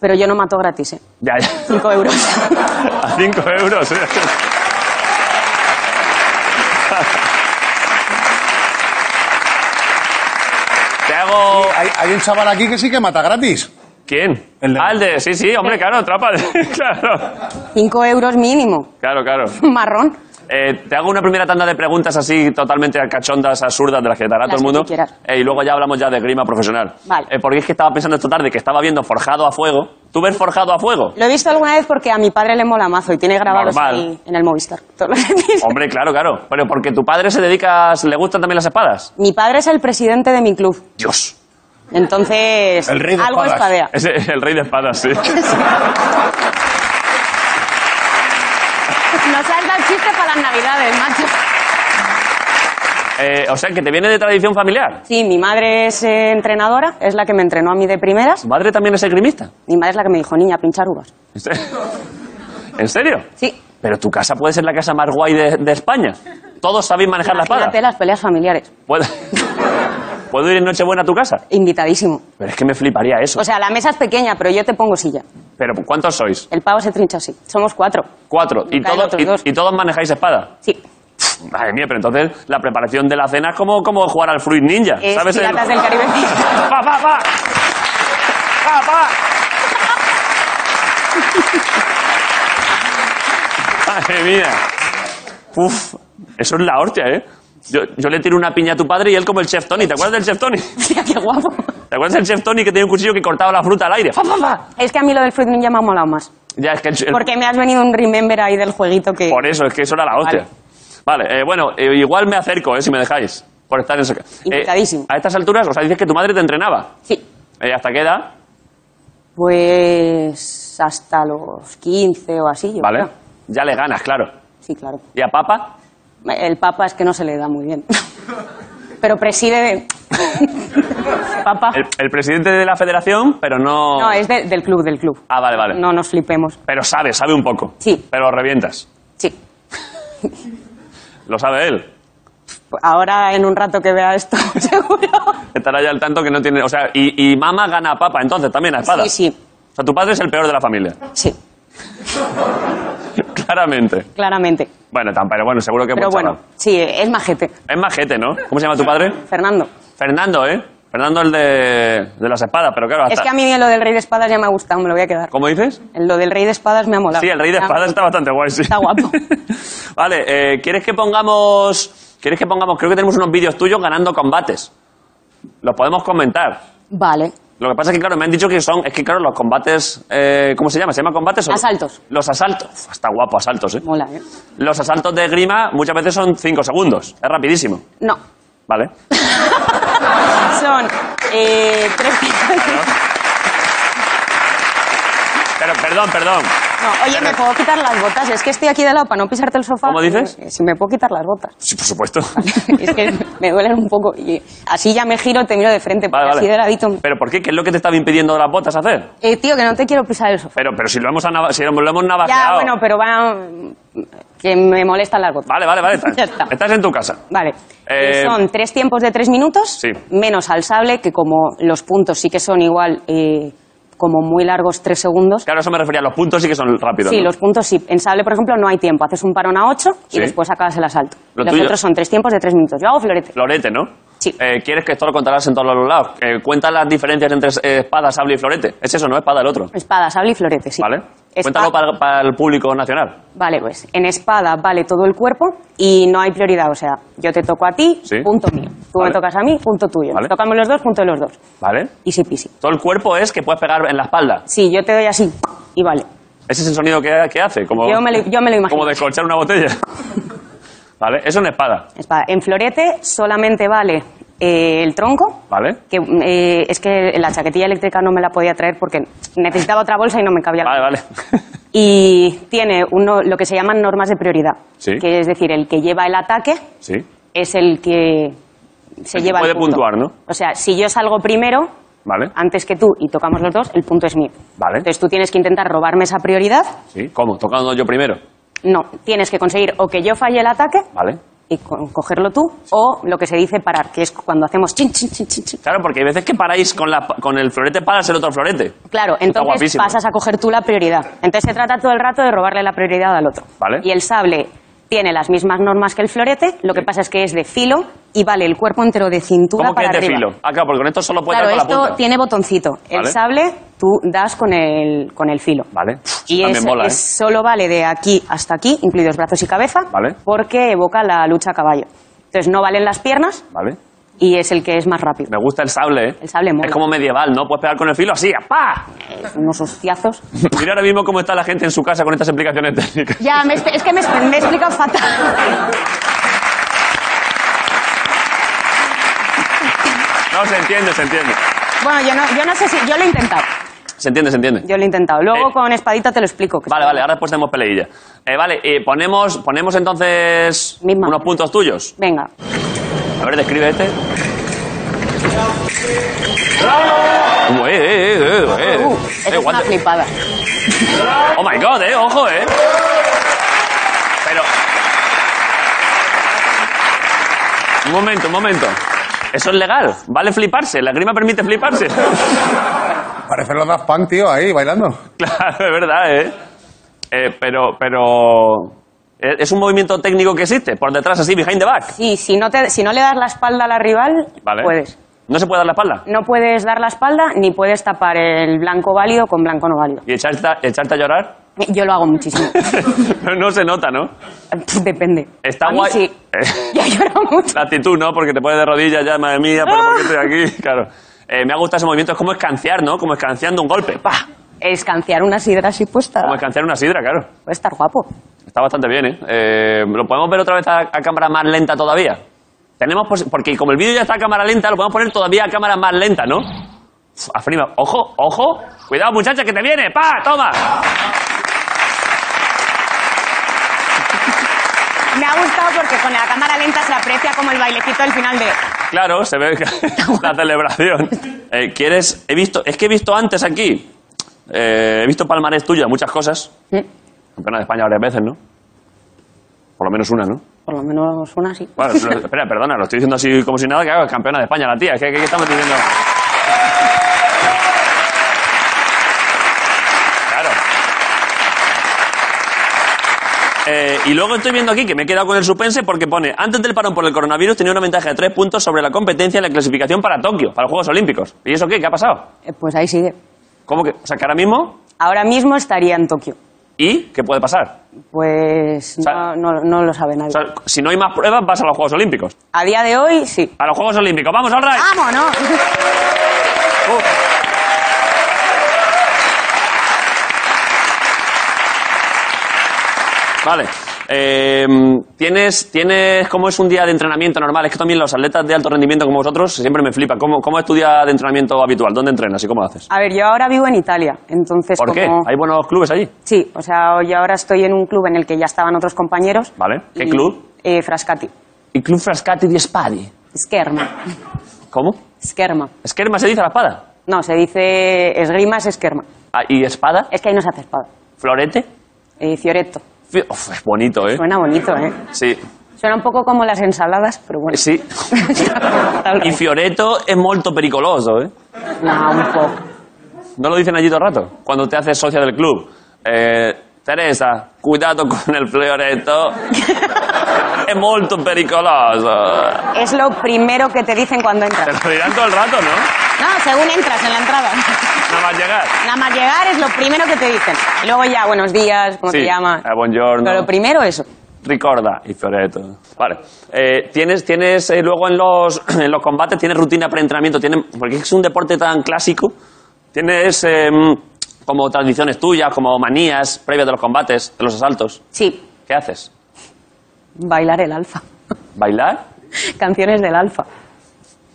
Speaker 7: Pero yo no mato gratis, ¿eh?
Speaker 2: Ya, <laughs> ya.
Speaker 7: Cinco euros.
Speaker 2: <laughs> A 5 euros. ¿eh? <laughs> Te hago...
Speaker 5: Hay, hay un chaval aquí que sí que mata gratis.
Speaker 2: ¿Quién?
Speaker 5: El de-
Speaker 2: Ah, el de... Sí, sí, hombre, claro, trapa. <laughs> claro,
Speaker 7: Cinco euros mínimo. <laughs>
Speaker 2: claro, claro.
Speaker 7: Marrón.
Speaker 2: Eh, te hago una primera tanda de preguntas así totalmente cachondas, absurdas, de las que te hará
Speaker 7: Las
Speaker 2: todo el
Speaker 7: que
Speaker 2: mundo.
Speaker 7: tú quieras.
Speaker 2: Eh, y luego ya hablamos ya de grima profesional.
Speaker 7: Vale.
Speaker 2: Eh, porque es que estaba pensando esta tarde que estaba viendo Forjado a Fuego. ¿Tú ves Forjado a Fuego?
Speaker 7: Lo he visto alguna vez porque a mi padre le mola mazo y tiene grabados
Speaker 2: Normal.
Speaker 7: ahí en el Movistar. <laughs> Todos los días.
Speaker 2: Hombre, claro, claro. Pero porque tu padre se dedica... a- ¿Le gustan también las espadas?
Speaker 7: Mi padre es el presidente de mi club.
Speaker 2: Dios.
Speaker 7: Entonces,
Speaker 5: El rey de
Speaker 7: algo
Speaker 5: espadas.
Speaker 7: espadea.
Speaker 2: Es el, el rey de espadas, sí.
Speaker 7: <laughs> Nos has dado chiste para las navidades, macho.
Speaker 2: Eh, o sea, que te viene de tradición familiar.
Speaker 7: Sí, mi madre es eh, entrenadora, es la que me entrenó a mí de primeras.
Speaker 2: ¿Tu madre también es esgrimista?
Speaker 7: Mi madre es la que me dijo, niña, pinchar uvas.
Speaker 2: ¿En serio?
Speaker 7: Sí.
Speaker 2: Pero tu casa puede ser la casa más guay de, de España. Todos sabéis manejar la espada.
Speaker 7: Imagínate las peleas familiares.
Speaker 2: ¿Puedo, ¿Puedo ir en Nochebuena a tu casa?
Speaker 7: Invitadísimo.
Speaker 2: Pero es que me fliparía eso.
Speaker 7: O sea, la mesa es pequeña, pero yo te pongo silla.
Speaker 2: Pero ¿cuántos sois?
Speaker 7: El pavo se trincha así. Somos cuatro.
Speaker 2: Cuatro. Y,
Speaker 7: Nunca hay
Speaker 2: todos-
Speaker 7: otros
Speaker 2: y-
Speaker 7: dos.
Speaker 2: y todos manejáis espada.
Speaker 7: Sí.
Speaker 2: Madre mía, pero entonces la preparación de la cena es como, como jugar al Fruit Ninja.
Speaker 7: Es
Speaker 2: ¿Sabes? el-
Speaker 7: Piratas del Caribe. <laughs>
Speaker 2: ¡Pa, pa, pa! ¡Pa, pa! Madre mía. Uf, eso es la hostia, ¿eh? Yo, yo le tiro una piña a tu padre y él como el chef Tony. ¿Te acuerdas del chef Tony?
Speaker 7: Hostia, qué guapo.
Speaker 2: ¿Te acuerdas del chef Tony que tenía un cuchillo que cortaba la fruta al aire? <laughs> ¡Fa, fa, fa!
Speaker 7: Es que a mí lo del Fruit Ninja me ha molado más.
Speaker 2: Ya, es que el- el-
Speaker 7: Porque me has venido un remember ahí del jueguito que...
Speaker 2: por eso, es que eso era la hostia. Vale, eh, bueno, eh, igual me acerco, eh, si me dejáis. Por estar en esa- eh,
Speaker 7: Invitadísimo.
Speaker 2: a estas alturas, o sea, dices que tu madre te entrenaba.
Speaker 7: Sí.
Speaker 2: Eh, ¿Hasta qué edad?
Speaker 7: Pues hasta los 15 o así. Yo
Speaker 2: Vale.
Speaker 7: creo.
Speaker 2: Ya le ganas, claro.
Speaker 7: Sí, claro.
Speaker 2: ¿Y a papa?
Speaker 7: El papa es que no se le da muy bien. <laughs> Pero preside. <laughs> papa.
Speaker 2: El, el presidente de la federación, pero no...
Speaker 7: No, es de- del club, del club.
Speaker 2: Ah, vale, vale.
Speaker 7: No nos flipemos.
Speaker 2: Pero sabe, sabe un poco.
Speaker 7: Sí.
Speaker 2: Pero lo revientas.
Speaker 7: Sí.
Speaker 2: Lo sabe él.
Speaker 7: Ahora en un rato que vea esto, <laughs> seguro.
Speaker 2: Estará ya al tanto que no tiene... O sea, y, y mamá gana a papa, entonces, también a espada.
Speaker 7: Sí, sí,
Speaker 2: O sea, tu padre es el peor de la familia. <laughs>
Speaker 7: sí,
Speaker 2: Claramente.
Speaker 7: claramente.
Speaker 2: Bueno, tan, pero bueno, seguro que...
Speaker 7: Pero
Speaker 2: buen
Speaker 7: bueno,
Speaker 2: chaval.
Speaker 7: sí, es majete.
Speaker 2: Es majete, ¿no? ¿Cómo se llama tu padre?
Speaker 7: Fernando.
Speaker 2: Fernando, ¿eh? Fernando el de, de las espadas, pero claro, hasta...
Speaker 7: Es que a mí lo del rey de espadas ya me ha gustado, me lo voy a quedar.
Speaker 2: ¿Cómo dices?
Speaker 7: Lo del rey de espadas me ha molado.
Speaker 2: Sí, el rey de
Speaker 7: Ya.
Speaker 2: espadas está bastante guay, sí.
Speaker 7: Está guapo.
Speaker 2: <laughs> vale, eh, ¿quieres que pongamos... ¿Quieres que pongamos... Creo que tenemos unos vídeos tuyos ganando combates. Los podemos comentar.
Speaker 7: Vale.
Speaker 2: Lo que pasa es que, claro, me han dicho que son... Es que, claro, los combates... eh, ¿Cómo se llama? ¿Se llama combates? o-
Speaker 7: Asaltos.
Speaker 2: Los asaltos. Uf, Está guapo, asaltos, ¿eh?
Speaker 7: Mola, ¿eh?
Speaker 2: Los asaltos de grima muchas veces son 5 segundos. Es rapidísimo.
Speaker 7: No. <laughs>
Speaker 2: Vale.
Speaker 7: Son eh, tres
Speaker 2: Pero, perdón, perdón.
Speaker 7: <laughs> No, oye, me puedo quitar las botas. Es que estoy aquí de lado para no pisarte el sofá.
Speaker 2: ¿Cómo dices?
Speaker 7: Eh, Si me puedo quitar las botas. <laughs>
Speaker 2: Sí, por supuesto.
Speaker 7: es que me duelen un poco. Y así ya me giro, te miro de frente.
Speaker 2: Vale,
Speaker 7: porque
Speaker 2: vale.
Speaker 7: Así de ladito.
Speaker 2: ¿Pero por qué? ¿Qué es lo que te estaba impidiendo las botas hacer?
Speaker 7: Eh, tío, que no te quiero pisar el sofá.
Speaker 2: Pero, pero si lo hemos, anava- si lo hemos navajeado...
Speaker 7: Ya, bueno, pero va. Que me molestan las botas.
Speaker 2: Vale, vale,
Speaker 7: <laughs>
Speaker 2: vale.
Speaker 7: Ya
Speaker 2: Estás,
Speaker 7: está.
Speaker 2: estás en tu casa.
Speaker 7: Vale.
Speaker 2: Eh,
Speaker 7: Eh, son tres tiempos de tres minutos,
Speaker 2: Sí.
Speaker 7: menos al sable, que como los puntos sí que son igual, eh, como muy largos, tres segundos.
Speaker 2: Claro, eso me refería. Los puntos sí que son rápidos.
Speaker 7: Sí,
Speaker 2: ¿no?
Speaker 7: los puntos sí. En sable, por ejemplo, no hay tiempo. Haces un parón a ocho
Speaker 2: Sí.
Speaker 7: y después acabas el asalto.
Speaker 2: Lo
Speaker 7: los
Speaker 2: tuyo-
Speaker 7: otros son tres tiempos de tres minutos. Yo hago florete.
Speaker 2: Florete, ¿no?
Speaker 7: Sí.
Speaker 2: Eh, ¿Quieres que esto lo contarás en todos los lados? Eh, cuenta las diferencias entre eh, espada, sable y florete. Es eso, ¿no? Espada el otro.
Speaker 7: Espada, sable y florete, sí.
Speaker 2: ¿Vale?
Speaker 7: Espa-
Speaker 2: Cuéntalo para, para el público nacional.
Speaker 7: Vale, pues en espada vale todo el cuerpo y no hay prioridad. O sea, yo te toco a ti,
Speaker 2: Sí.
Speaker 7: punto mío. Tú
Speaker 2: Vale.
Speaker 7: me tocas a mí, punto tuyo.
Speaker 2: Vale.
Speaker 7: Nos tocamos los dos, punto de los dos.
Speaker 2: ¿Vale?
Speaker 7: Easy peasy.
Speaker 2: Todo el cuerpo es que puedes pegar en la espalda.
Speaker 7: Sí, yo te doy así y vale.
Speaker 2: Ese es el sonido que, que hace. Como,
Speaker 7: Yo me lo- yo me lo imagino.
Speaker 2: Oh. Como descolchar una botella.
Speaker 7: <laughs>
Speaker 2: ¿Vale? Eso en espada.
Speaker 7: Espada. En florete solamente vale eh, el tronco.
Speaker 2: ¿Vale?
Speaker 7: Que, eh, es que la chaquetilla eléctrica no me la podía traer porque necesitaba otra bolsa y no me cabía la
Speaker 2: Vale, vale.
Speaker 7: <laughs>
Speaker 2: <laughs>
Speaker 7: Y tiene uno, lo que se llaman normas de prioridad.
Speaker 2: Sí.
Speaker 7: Que es decir, el que lleva el ataque
Speaker 2: Sí.
Speaker 7: es el que se
Speaker 2: El que
Speaker 7: lleva
Speaker 2: puede
Speaker 7: el punto.
Speaker 2: puntuar, ¿no?
Speaker 7: O sea, si yo salgo primero,
Speaker 2: ¿Vale?
Speaker 7: antes que tú, y tocamos los dos, el punto es mío.
Speaker 2: Vale.
Speaker 7: Entonces tú tienes que intentar robarme esa prioridad.
Speaker 2: ¿Sí? ¿Cómo? Tocando yo primero.
Speaker 7: No, tienes que conseguir o que yo falle el ataque
Speaker 2: ¿Vale?
Speaker 7: y co- cogerlo tú, o lo que se dice parar, que es cuando hacemos chin, chin, chin, chin, chin.
Speaker 2: Claro, porque hay veces que paráis con, la, con el florete, paras el otro florete.
Speaker 7: Claro,
Speaker 2: Está
Speaker 7: entonces
Speaker 2: guapísimo.
Speaker 7: pasas a coger tú la prioridad. Entonces se trata todo el rato de robarle la prioridad al otro.
Speaker 2: Vale.
Speaker 7: Y el sable tiene las mismas normas que el florete, lo que
Speaker 2: Sí.
Speaker 7: pasa es que es de filo y vale el cuerpo entero de cintura
Speaker 2: ¿Cómo que
Speaker 7: para
Speaker 2: es de
Speaker 7: arriba.
Speaker 2: filo? Ah, claro, porque con esto solo puedes
Speaker 7: Claro,
Speaker 2: dar con la
Speaker 7: esto
Speaker 2: punta.
Speaker 7: tiene botoncito. El
Speaker 2: Vale.
Speaker 7: sable tú das con el, con el filo.
Speaker 2: Vale. Pff,
Speaker 7: Y
Speaker 2: también
Speaker 7: es,
Speaker 2: mola, ¿eh?
Speaker 7: es- solo vale de aquí hasta aquí, incluidos brazos y cabeza,
Speaker 2: Vale.
Speaker 7: porque evoca la lucha a caballo. Entonces no valen las piernas
Speaker 2: ¿eh? Vale.
Speaker 7: y es el que es más rápido.
Speaker 2: Me gusta el sable, ¿eh?
Speaker 7: El sable mola.
Speaker 2: Es como medieval, ¿no? Puedes pegar con el filo así,
Speaker 7: <laughs>
Speaker 2: ¡pa!
Speaker 7: Eh, unos hostiazos.
Speaker 2: Mira ahora mismo cómo está la gente en su casa con estas explicaciones técnicas.
Speaker 7: Ya, me espe- es que me, espe- me he explicado fatal.
Speaker 2: No, se entiende, se entiende.
Speaker 7: Bueno, yo no, yo no sé si... Yo lo he intentado.
Speaker 2: Se entiende, se entiende.
Speaker 7: Yo lo he intentado. Luego
Speaker 2: Eh.
Speaker 7: con espadita te lo explico. que
Speaker 2: Vale,
Speaker 7: está-
Speaker 2: vale, ahora después tenemos peleilla. Eh, vale, eh, ponemos, ponemos entonces
Speaker 7: Misma.
Speaker 2: unos puntos tuyos.
Speaker 7: Venga.
Speaker 2: A ver, describe este. Uh, eh, eh, eh, eh, eh.
Speaker 7: Uh,
Speaker 2: Eh,
Speaker 7: eso es
Speaker 2: what
Speaker 7: una
Speaker 2: the-
Speaker 7: flipada.
Speaker 2: Oh my god, eh, ojo, eh. Pero. Un momento, un momento. Eso es legal. Vale fliparse. La grima permite fliparse. <laughs>
Speaker 5: Parecen los Daft Punk, tío, ahí, bailando.
Speaker 2: claro, es verdad, eh. Eh, pero, pero. eh, Es un movimiento técnico que existe. Por detrás, así, behind the back.
Speaker 7: Sí, si no, te, si no le das la espalda a la rival,
Speaker 2: Vale.
Speaker 7: puedes.
Speaker 2: No se puede dar la espalda.
Speaker 7: No puedes dar la espalda ni puedes tapar el blanco válido con blanco no válido.
Speaker 2: Y echarte, a- echarte a llorar. <laughs>
Speaker 7: Yo lo hago muchísimo. <laughs>
Speaker 2: Pero no se nota, ¿no?
Speaker 7: Pff, Depende.
Speaker 2: Está
Speaker 7: a mí
Speaker 2: guay.
Speaker 7: sí. <laughs>
Speaker 2: Eh.
Speaker 7: Yo lloro
Speaker 2: <laughs>
Speaker 7: mucho.
Speaker 2: La actitud, ¿no? Porque te pones de rodillas ya, madre mía, pero ¿por qué estoy aquí? Claro. Eh, me ha gustado ese movimiento. Es como escanciar, ¿no? Como escanciando un golpe. ¡Pah!
Speaker 7: Escanciar una sidra así puesta
Speaker 2: Como escanciar una sidra, claro.
Speaker 7: puede estar guapo.
Speaker 2: Está bastante bien, ¿eh? Eh, lo podemos ver otra vez a, a cámara más lenta todavía? Tenemos posi- porque como el vídeo ya está a cámara lenta, lo podemos poner todavía a cámara más lenta, ¿no? Uf, Afrima, ojo, ojo. Cuidado, muchacha, que te viene. ¡Pa! ¡Toma!
Speaker 7: Me ha gustado porque con la cámara lenta se aprecia como el bailecito al final de...
Speaker 2: Claro, se ve <laughs> la celebración. Eh, ¿Quieres? He visto, es que he visto antes aquí. eh, he visto palmarés tuyo de muchas cosas. Campeona de España varias veces, ¿no? Por lo menos una, ¿no?
Speaker 7: Por lo menos una así.
Speaker 2: Bueno, lo- espera, perdona, lo estoy diciendo así como si nada, que haga campeona de España la tía. Es que, que- que estamos diciendo. Claro. Eh, y luego estoy viendo aquí que me he quedado con el suspense porque pone, antes del parón por el coronavirus tenía una ventaja de tres puntos sobre la competencia en la clasificación para Tokio, para los Juegos Olímpicos. ¿Y eso qué? ¿Qué ha pasado?
Speaker 7: <laughs> Eh, Pues ahí sigue.
Speaker 2: ¿Cómo que? O sea, que ahora mismo...
Speaker 7: Ahora mismo estaría en Tokio.
Speaker 2: ¿Y qué puede pasar?
Speaker 7: Pues
Speaker 2: sea-
Speaker 7: no, no, no lo sabe nadie.
Speaker 2: O sea, si no hay más pruebas, vas a los Juegos Olímpicos.
Speaker 7: A día de hoy, sí.
Speaker 2: A los Juegos Olímpicos. ¡Vamos, all right!
Speaker 7: ¡Vamos, no!
Speaker 2: Vale. Eh, ¿tienes, ¿Tienes cómo es un día de entrenamiento normal? Es que también los atletas de alto rendimiento como vosotros siempre me flipan. ¿Cómo, cómo es tu día de entrenamiento habitual? ¿Dónde entrenas y cómo haces?
Speaker 7: A ver, yo ahora vivo en Italia, entonces
Speaker 2: ¿Por qué?
Speaker 7: como...
Speaker 2: ¿Hay buenos clubes allí?
Speaker 7: Sí, o sea, yo ahora estoy en un club en el que ya estaban otros compañeros.
Speaker 2: Vale. ¿Qué
Speaker 7: Y,
Speaker 2: club?
Speaker 7: Eh, Frascati.
Speaker 2: ¿Y Club Frascati di Spadi?
Speaker 7: Scherma.
Speaker 2: ¿Cómo?
Speaker 7: Scherma.
Speaker 2: ¿Esquerma se dice la espada?
Speaker 7: No, se dice esgrima es esquerma.
Speaker 2: Ah, ¿Y espada?
Speaker 7: Es que ahí no se hace espada.
Speaker 2: ¿Florete?
Speaker 7: Eh, fioretto.
Speaker 2: Fi- Uf, es bonito, ¿eh?
Speaker 7: Suena bonito, ¿eh?
Speaker 2: Sí.
Speaker 7: Suena un poco como las ensaladas, pero bueno. <laughs>
Speaker 2: Sí.
Speaker 7: Está
Speaker 2: Y
Speaker 7: bien.
Speaker 2: Fioreto es molto pericoloso, ¿eh?
Speaker 7: no, un poco.
Speaker 2: ¿No lo dicen allí todo el rato? Cuando te haces socia del club. Eh, Teresa, cuidado con el fioretto. es molto pericoloso.
Speaker 7: Es lo primero que te dicen cuando
Speaker 2: Te
Speaker 7: entras.
Speaker 2: lo dirán todo el rato, ¿no?
Speaker 7: No, según entras en la entrada. <laughs>
Speaker 2: Nada más llegar.
Speaker 7: Nada más llegar es lo primero que te dicen. Y luego ya, buenos días, ¿cómo
Speaker 2: Sí,
Speaker 7: te llamas?
Speaker 2: eh, buongiorno.
Speaker 7: Pero lo primero eso.
Speaker 2: Ricorda y Fioreto. Vale. Eh, ¿Tienes, tienes eh, luego en los, <clears throat> en los combates, tienes rutina preentrenamiento? ¿Tienes- Porque es un deporte tan clásico. ¿Tienes eh, como tradiciones tuyas, como manías previas de los combates, de los asaltos?
Speaker 7: Sí,
Speaker 2: ¿Qué haces?
Speaker 7: bailar el alfa. <laughs>
Speaker 2: ¿Bailar?
Speaker 7: Canciones del alfa.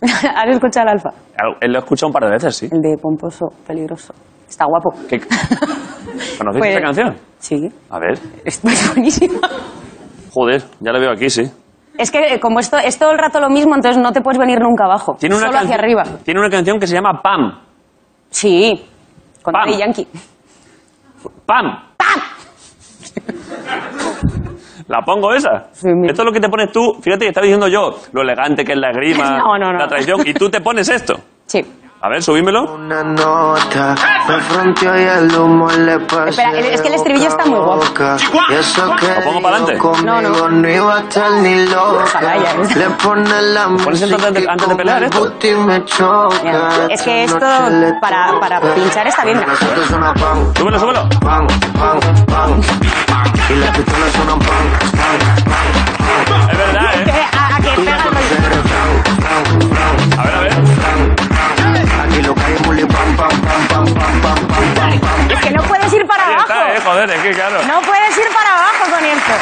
Speaker 7: <laughs> ¿Has escuchado el alfa?
Speaker 2: Al- eh, Lo he escuchado un par de veces, sí.
Speaker 7: El de pomposo, peligroso. Está guapo. Pues,
Speaker 2: ¿Qué-
Speaker 7: <laughs>
Speaker 2: ¿Conociste esa canción?
Speaker 7: Sí,
Speaker 2: A ver.
Speaker 7: es es buenísima.
Speaker 2: Joder, ya lo veo aquí, sí.
Speaker 7: Es que eh, como esto es todo el rato lo mismo, entonces no te puedes venir nunca abajo.
Speaker 2: Tiene una
Speaker 7: solo hacia
Speaker 2: canción-
Speaker 7: arriba.
Speaker 2: Tiene una canción que se llama Pam.
Speaker 7: Sí, con
Speaker 2: Pam.
Speaker 7: Daddy Yankee.
Speaker 2: ¡Pam! ¡Pam! <laughs> ¿La pongo esa?
Speaker 7: Sí, mira.
Speaker 2: Esto es lo que te pones tú. Fíjate que estaba diciendo yo lo elegante que es la grima,
Speaker 7: <laughs> No, no, no.
Speaker 2: la traición. Y tú te pones esto.
Speaker 7: Sí.
Speaker 2: A ver, subímelo.
Speaker 8: Una nota, me fronteó y el humo le pasó.
Speaker 7: Espera, el- es que el estribillo está muy guapo.
Speaker 8: Y eso que
Speaker 2: ¿Lo pongo para adelante?
Speaker 8: yo conmigo
Speaker 7: No, no.
Speaker 8: iba a estar ni loca.
Speaker 7: Ojalá ya ves.
Speaker 8: Le pone la
Speaker 2: pones
Speaker 8: música
Speaker 2: antes de-
Speaker 8: y
Speaker 2: antes de
Speaker 8: con
Speaker 2: pelear
Speaker 8: el
Speaker 2: esto?
Speaker 8: booty me choca.
Speaker 7: Mira, es que
Speaker 8: Esta
Speaker 7: esto
Speaker 8: noche le
Speaker 7: para- para
Speaker 8: toca.
Speaker 7: pinchar está bien.
Speaker 8: Las pistolas suenan pam,
Speaker 2: Súbelo, súbelo.
Speaker 8: pam, pam, pam. Y las pistolas suenan pam, pam, pam.
Speaker 2: Es verdad, ¿eh?
Speaker 7: <laughs> Eh, A, a que
Speaker 8: Tú me
Speaker 7: pega el
Speaker 8: conoces,
Speaker 7: rollo.
Speaker 8: pam, pam, pam.
Speaker 2: A ver, a ver.
Speaker 8: Aquí lo cae mole, pam, pam, pam, pam, pam, pam, pam, pam.
Speaker 7: Es que no puedes ir para
Speaker 2: Ahí
Speaker 7: abajo.
Speaker 2: está, ¿eh? Joder, es que claro.
Speaker 7: No puedes ir para abajo con esto.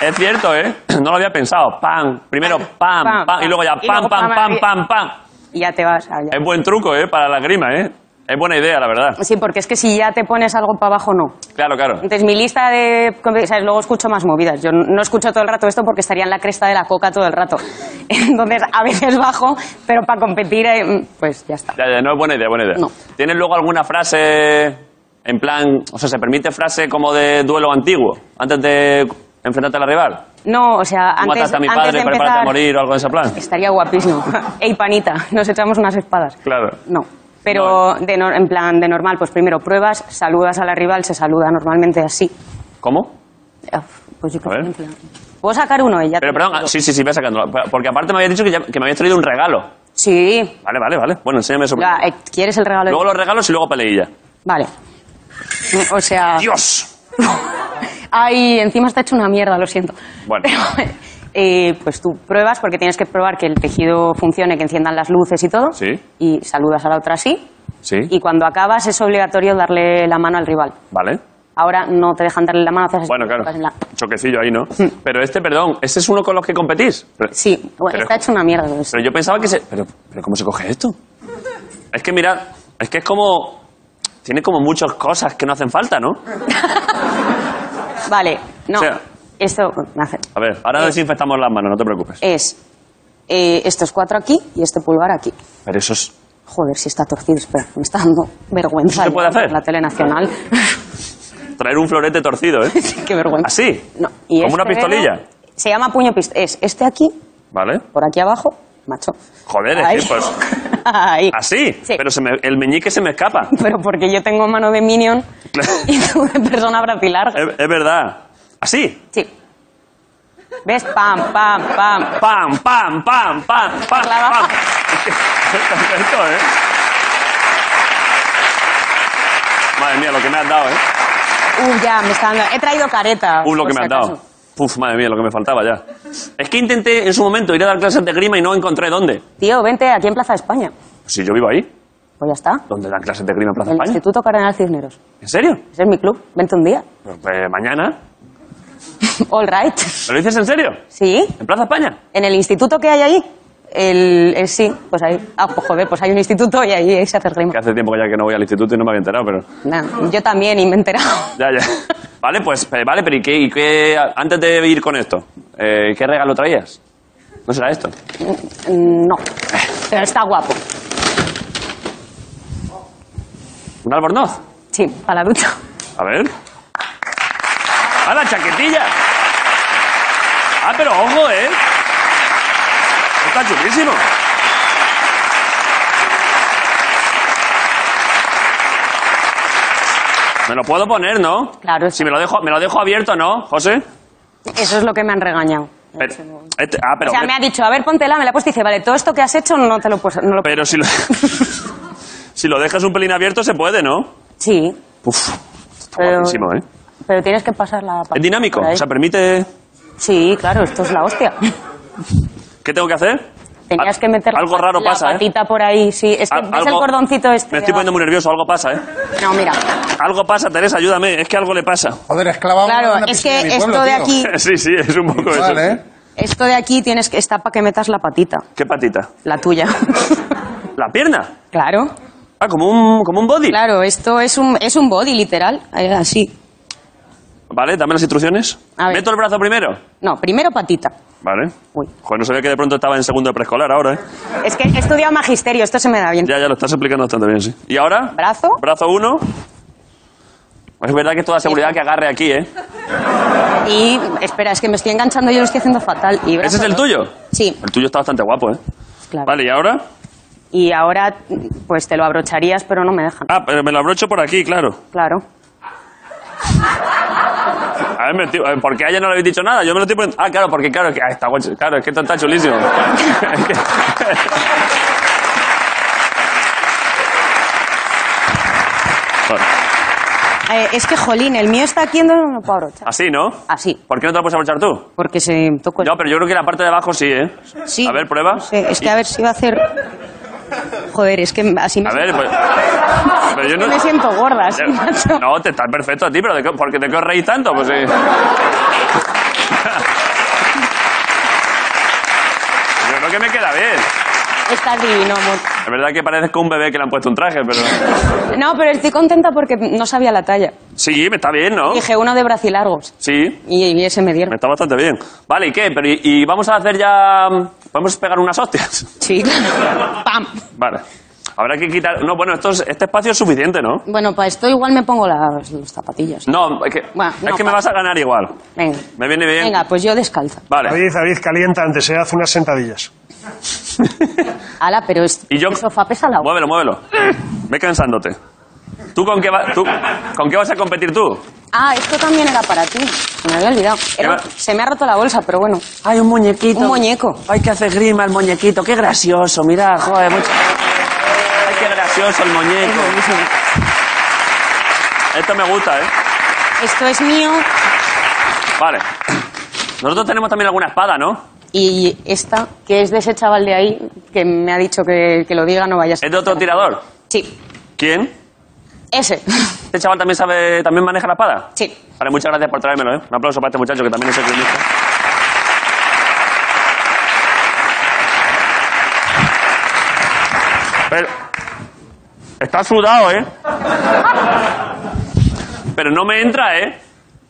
Speaker 2: Es cierto, ¿eh? No lo había pensado. Pam. Primero pam, pam.
Speaker 7: Pam,
Speaker 2: Y luego ya
Speaker 7: y luego
Speaker 2: pam, pam,
Speaker 7: pam,
Speaker 2: pam,
Speaker 7: y-
Speaker 2: pam, pam.
Speaker 7: Y ya te vas allá.
Speaker 2: Es buen truco, ¿eh? Para la grima, ¿eh? Es buena idea, la verdad.
Speaker 7: Sí, porque es que si ya te pones algo para abajo, no.
Speaker 2: Claro, claro.
Speaker 7: Entonces, mi lista de. ¿sabes? Luego escucho más movidas. Yo no escucho todo el rato esto porque estaría en la cresta de la coca todo el rato. <laughs> Entonces, a veces bajo, pero para competir, eh, pues ya está.
Speaker 2: Ya, ya, no es buena idea, buena idea.
Speaker 7: No.
Speaker 2: ¿Tienes luego alguna frase en plan, o sea, se permite frase como de duelo antiguo, antes de enfrentarte a la rival?
Speaker 7: No, o sea,
Speaker 2: Tú
Speaker 7: antes,
Speaker 2: mataste a mi
Speaker 7: antes
Speaker 2: padre,
Speaker 7: de
Speaker 2: prepárate a
Speaker 7: empezar.
Speaker 2: morir o algo de ese plan. <laughs>
Speaker 7: Estaría guapísimo. Ey, panita, nos echamos unas espadas.
Speaker 2: Claro. eh.
Speaker 7: No. Pero de nor- en plan de normal, pues primero pruebas, saludas a la rival, se saluda normalmente así.
Speaker 2: ¿Cómo?
Speaker 7: Uf, Pues yo
Speaker 2: A
Speaker 7: creo
Speaker 2: ver.
Speaker 7: que Puedo sacar uno, ella.
Speaker 2: Pero perdón, ah, sí, sí, sí, ve sacándolo. Porque aparte me habías dicho que, ya- que me habías traído un regalo.
Speaker 7: Sí.
Speaker 2: Vale, vale, vale. Bueno, enséñame eso.
Speaker 7: Ya, eh, ¿Quieres el regalo? de-
Speaker 2: Luego los regalos y luego peleilla.
Speaker 7: Vale. Eh, O sea.
Speaker 2: ¡Dios!
Speaker 7: Ay, encima está hecho una mierda, lo siento.
Speaker 2: Bueno.
Speaker 7: Pero, eh, pues tú pruebas porque tienes que probar que el tejido funcione, que enciendan las luces y todo.
Speaker 2: Sí.
Speaker 7: Y saludas a la otra así.
Speaker 2: Sí.
Speaker 7: Y cuando acabas es obligatorio darle la mano al rival.
Speaker 2: Vale.
Speaker 7: Ahora no te dejan darle la mano, haces así,
Speaker 2: Bueno, claro.
Speaker 7: vas en Pues la- Hmm.
Speaker 2: Choquecillo ahí, ¿no? Pero este, perdón, este es uno con los que competís. Pero-
Speaker 7: Sí, bueno, este
Speaker 2: Pero-
Speaker 7: está hecho una mierda. es-
Speaker 2: Pero yo pensaba que se. Pero, pero ¿cómo se coge esto? Es que mira, es que es como. Tiene como muchas cosas que no hacen falta, ¿no?
Speaker 7: Vale, no.
Speaker 2: O sea-
Speaker 7: Esto me hace-
Speaker 2: A ver, ahora
Speaker 7: Eh.
Speaker 2: desinfectamos las manos, no te preocupes.
Speaker 7: es eh, estos cuatro aquí y este pulgar aquí.
Speaker 2: Pero eso es...
Speaker 7: Joder, si está torcido, espera, me está dando vergüenza.
Speaker 2: ¿Eso se puede
Speaker 7: ya,
Speaker 2: hacer?
Speaker 7: en La tele nacional.
Speaker 2: <laughs> Traer un florete
Speaker 7: <laughs>
Speaker 2: torcido, ¿eh?
Speaker 7: Sí, Qué vergüenza.
Speaker 2: ¿Así?
Speaker 7: No.
Speaker 2: ¿Como una
Speaker 7: este dedo
Speaker 2: pistolilla?
Speaker 7: Se llama puño pistola. Es este aquí,
Speaker 2: ¿Vale?
Speaker 7: por aquí abajo, macho.
Speaker 2: Joder, es
Speaker 7: Ahí.
Speaker 2: que, pues...
Speaker 7: <laughs> Ahí.
Speaker 2: Así,
Speaker 7: Sí.
Speaker 2: pero se me- el meñique se me escapa.
Speaker 7: Pero porque yo tengo mano de minion
Speaker 2: Claro.
Speaker 7: <laughs>
Speaker 2: Eh.
Speaker 7: y tú de persona brapilar.
Speaker 2: Es, es verdad. Así.
Speaker 7: Sí. ¿Ves? Pam, pam, pam.
Speaker 2: Pam, pam, pam, pam, pam,
Speaker 7: Clava.
Speaker 2: pam. Perfecto, ¿eh? Madre mía, lo que me has dado, ¿eh?
Speaker 7: Uh, ya, me está dando. He traído careta.
Speaker 2: Uf, Uh, lo que
Speaker 7: por
Speaker 2: me has
Speaker 7: si acaso.
Speaker 2: dado. Uf, madre mía, lo que me faltaba ya. Es que intenté en su momento ir a dar clases de grima y no encontré dónde.
Speaker 7: Tío, vente aquí en Plaza España.
Speaker 2: Si yo vivo ahí,
Speaker 7: Pues ya está.
Speaker 2: ¿dónde dan clases de grima en Plaza
Speaker 7: el
Speaker 2: España?
Speaker 7: Instituto Cardenal Cisneros.
Speaker 2: ¿En serio?
Speaker 7: Ese es mi club. Vente un día. <laughs>
Speaker 2: Pues, pues, mañana.
Speaker 7: All right.
Speaker 2: ¿Me lo dices en serio?
Speaker 7: Sí.
Speaker 2: ¿En Plaza España?
Speaker 7: En el instituto que hay allí. El, el- sí, pues ahí. Ah, pues joder, pues hay un instituto y ahí, ahí se hace grima.
Speaker 2: Que hace tiempo ya que no voy al instituto y no me había enterado, pero...
Speaker 7: Nah, yo también y me he enterado.
Speaker 2: Ya, ya. <laughs> Vale, pues, eh, vale, pero ¿y qué, y qué- antes de ir con esto, eh, ¿qué regalo traías? ¿No será esto?
Speaker 7: Mm, No. Pero está guapo.
Speaker 2: ¿Un albornoz?
Speaker 7: Sí, para la ducha.
Speaker 2: A ver. ¡A la chaquetilla! Ah, pero ojo, ¿eh? Está chulísimo. Me lo puedo poner, ¿no?
Speaker 7: Claro,
Speaker 2: Si me lo dejo, me lo dejo abierto, ¿no, José?
Speaker 7: Eso es lo que me han regañado.
Speaker 2: Pero- este- ah, pero,
Speaker 7: o sea, me ha dicho, a ver, póntela, me la he puesto y dice, vale, todo esto que has hecho no te lo puedes... No lo...
Speaker 2: Pero si lo, <laughs> si lo dejas un pelín abierto se puede, ¿no?
Speaker 7: Sí,
Speaker 2: Uf, está
Speaker 7: Pero-
Speaker 2: guapísimo, ¿eh?
Speaker 7: pero tienes que pasar la...
Speaker 2: Es dinámico,
Speaker 7: por ahí.
Speaker 2: o sea, permite...
Speaker 7: Sí, claro, esto es la hostia.
Speaker 2: ¿Qué tengo que hacer?
Speaker 7: Tenías
Speaker 2: Al-
Speaker 7: que meter
Speaker 2: Algo raro
Speaker 7: la
Speaker 2: pasa, ¿eh?
Speaker 7: patita por ahí, sí. Es que
Speaker 2: Al-
Speaker 7: ves el
Speaker 2: Ah, algo-
Speaker 7: cordoncito este.
Speaker 2: Me estoy
Speaker 7: de abajo?
Speaker 2: poniendo muy nervioso, algo pasa, ¿eh?
Speaker 7: No, mira.
Speaker 2: Algo pasa, Teresa, ayúdame, es que algo le pasa.
Speaker 5: Joder, esclava.
Speaker 7: Claro, es que esto de aquí,
Speaker 2: <laughs> Sí, sí, es un poco eso.
Speaker 5: Vale, ¿eh?
Speaker 7: esto de aquí tienes que está para que metas la patita,
Speaker 2: ¿Qué patita?
Speaker 7: la tuya. <laughs>
Speaker 2: ¿La pierna?
Speaker 7: claro,
Speaker 2: Ah, como un, como un body.
Speaker 7: claro, esto es un es un body literal, eh, así.
Speaker 2: Vale, dame las instrucciones.
Speaker 7: A ver.
Speaker 2: ¿Meto el brazo primero?
Speaker 7: No, primero patita.
Speaker 2: Vale.
Speaker 7: Uy.
Speaker 2: Joder, no sabía que de pronto estaba en segundo de preescolar ahora, ¿eh?
Speaker 7: Es que he estudiado magisterio, esto se me da bien.
Speaker 2: Ya, ya, lo estás explicando bastante bien, sí. ¿Y ahora?
Speaker 7: Brazo.
Speaker 2: Brazo uno. Es verdad que es toda seguridad que agarre aquí, ¿eh?
Speaker 7: Y espera, es que me estoy enganchando, yo lo estoy haciendo fatal. Y
Speaker 2: ¿Ese
Speaker 7: brazo
Speaker 2: es el
Speaker 7: dos.
Speaker 2: tuyo?
Speaker 7: Sí,
Speaker 2: El tuyo está bastante guapo, ¿eh?
Speaker 7: claro.
Speaker 2: Vale, ¿y ahora?
Speaker 7: Y ahora pues te lo abrocharías, pero no me dejan.
Speaker 2: Ah, pero me lo abrocho por aquí, claro.
Speaker 7: Claro.
Speaker 2: A ver, me estoy- eh, ¿por qué a ella no le habéis dicho nada? Yo me lo estoy poniendo... Ah, claro, porque claro, es que, ah, está guay, claro, es que esto está chulísimo. <laughs> Es que- Bueno,
Speaker 7: Eh, es que jolín, el mío está aquí, entonces no lo puedo abrochar.
Speaker 2: Así, ¿no?
Speaker 7: Así.
Speaker 2: ¿Por qué no te lo puedes abrochar tú?
Speaker 7: Porque se tocó el...
Speaker 2: No, pero yo creo que la parte de abajo sí, ¿eh?
Speaker 7: Pues- Sí.
Speaker 2: A ver, prueba.
Speaker 7: No sé, es que a ver si va a hacer... Joder, es que así me,
Speaker 2: A ver, pues... Pero yo
Speaker 7: es que me siento gorda, así, macho.
Speaker 2: No, te está perfecto a ti, pero ¿de qué- ¿por qué te corréis tanto?
Speaker 7: <laughs>
Speaker 2: Pues sí. Yo creo que me queda bien.
Speaker 7: Estás divino, amor.
Speaker 2: Es verdad que parece como un bebé que le han puesto un traje, pero...
Speaker 7: No, pero estoy contenta porque no sabía la talla.
Speaker 2: Sí, me está bien, ¿no?
Speaker 7: Dije uno de bracilargos
Speaker 2: Sí,
Speaker 7: y, y ese me
Speaker 2: me
Speaker 7: dieron.
Speaker 2: está bastante bien. Vale, ¿y qué? Pero, y, y vamos a hacer ya... ¿Vamos a pegar unas hostias? <laughs>
Speaker 7: Sí, claro. ¡Pam!
Speaker 2: Vale. Habrá que quitar... No, bueno, esto es- este espacio es suficiente, ¿no?
Speaker 7: Bueno, para esto igual me pongo las, los zapatillas.
Speaker 2: No, es que,
Speaker 7: Bueno,
Speaker 2: es
Speaker 7: no,
Speaker 2: que me
Speaker 7: pa-
Speaker 2: vas a ganar igual.
Speaker 7: Venga.
Speaker 2: Me viene bien.
Speaker 7: Venga, pues yo descalza.
Speaker 2: Vale.
Speaker 4: David, David, calienta antes, se hace unas sentadillas.
Speaker 7: Ala, pero es,
Speaker 2: Y yo...
Speaker 7: el sofá pesa la
Speaker 2: Muévelo, muévelo. Ve cansándote. ¿Tú con qué, va- tú- con qué vas a competir tú?
Speaker 7: Ah, esto también era para ti. Me había olvidado. Era-
Speaker 2: va-
Speaker 7: se me ha roto la bolsa, pero bueno.
Speaker 2: Hay un muñequito.
Speaker 7: Un muñeco.
Speaker 2: Hay que hacer grima el muñequito. Qué gracioso, mira, joder. Mucho... Ay, qué gracioso el
Speaker 7: Es
Speaker 2: muñeco.
Speaker 7: buenísimo.
Speaker 2: Esto me gusta, ¿eh?
Speaker 7: Esto es mío
Speaker 2: Vale. Nosotros tenemos también alguna espada, ¿no?
Speaker 7: y esta, que es de ese chaval de ahí, que me ha dicho que, que lo diga, no vayas.
Speaker 2: ¿Es de otro tirador?
Speaker 7: Sí,
Speaker 2: ¿Quién?
Speaker 7: ese. <laughs>
Speaker 2: Este chaval también sabe, también maneja la espada.
Speaker 7: Sí.
Speaker 2: Vale, muchas gracias por traérmelo, ¿eh? Un aplauso para este muchacho que también es economista. Pero, Está sudado, ¿eh? Pero no me entra, ¿eh?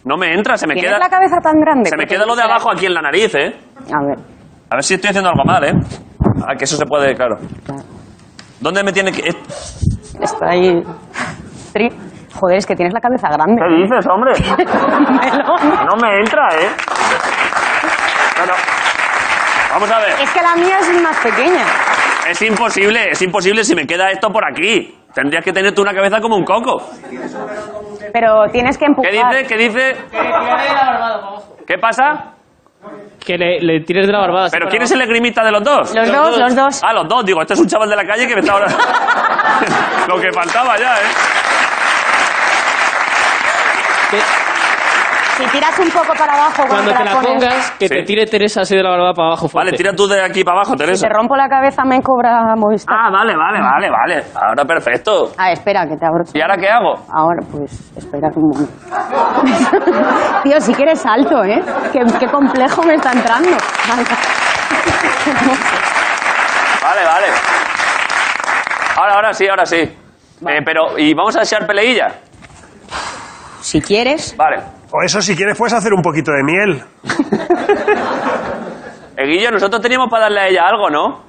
Speaker 2: No me entra, se me
Speaker 7: ¿Tienes
Speaker 2: queda...
Speaker 7: la cabeza tan grande?
Speaker 2: Se me
Speaker 7: Porque
Speaker 2: queda lo de
Speaker 7: será-
Speaker 2: abajo aquí en la nariz, ¿eh?
Speaker 7: A ver.
Speaker 2: A ver si estoy haciendo algo mal, ¿eh? Ah, que eso se puede, claro. ¿Dónde me tiene que...? eh,
Speaker 7: Está ahí. Tri- Joder, es que tienes la cabeza grande.
Speaker 2: ¿Qué dices, hombre?
Speaker 7: Melón.
Speaker 2: No me entra, ¿eh? Bueno, vamos a ver.
Speaker 7: <laughs> Es que la mía es más pequeña.
Speaker 2: Es imposible, es imposible si me queda esto por aquí. Tendrías que tener tú una cabeza como un coco.
Speaker 7: Pero tienes que
Speaker 2: ¿Qué
Speaker 7: empujar.
Speaker 2: dice? ¿Qué dice? ¿Qué pasa?
Speaker 9: Que le, le tires de la barbada. así
Speaker 2: ¿Pero
Speaker 9: para
Speaker 2: quién es
Speaker 9: abajo.
Speaker 2: el grimista de los dos?
Speaker 7: Los dos, los dos.
Speaker 2: Ah, los dos, digo, este es un chaval de la calle que me está ahora. <laughs> Lo que faltaba ya, ¿eh?
Speaker 7: Si tiras un poco para abajo cuando,
Speaker 9: Cuando te la
Speaker 7: pones,
Speaker 9: pongas, que
Speaker 2: Sí.
Speaker 9: te tire Teresa así de la barbada para abajo. fuerte.
Speaker 2: Vale, tira tú de aquí para abajo,
Speaker 7: si
Speaker 2: Teresa.
Speaker 7: te rompo la cabeza me cobra Movistar.
Speaker 2: Ah, vale, vale, vale, vale. Ahora perfecto.
Speaker 7: Ah, espera, que te abro.
Speaker 2: ¿Y ahora qué hago?
Speaker 7: Ahora, pues, espera un momento. <laughs> Tío, si quieres salto, ¿eh? Qué, qué complejo me está entrando.
Speaker 2: Vale, vale. Ahora, ahora sí, ahora sí. Eh, pero, ¿y vamos a echar peleilla?
Speaker 7: si quieres,
Speaker 2: Vale.
Speaker 4: O eso, si quieres, puedes hacer un poquito de miel.
Speaker 2: Eh, Guillo, nosotros teníamos para darle a ella algo, ¿no?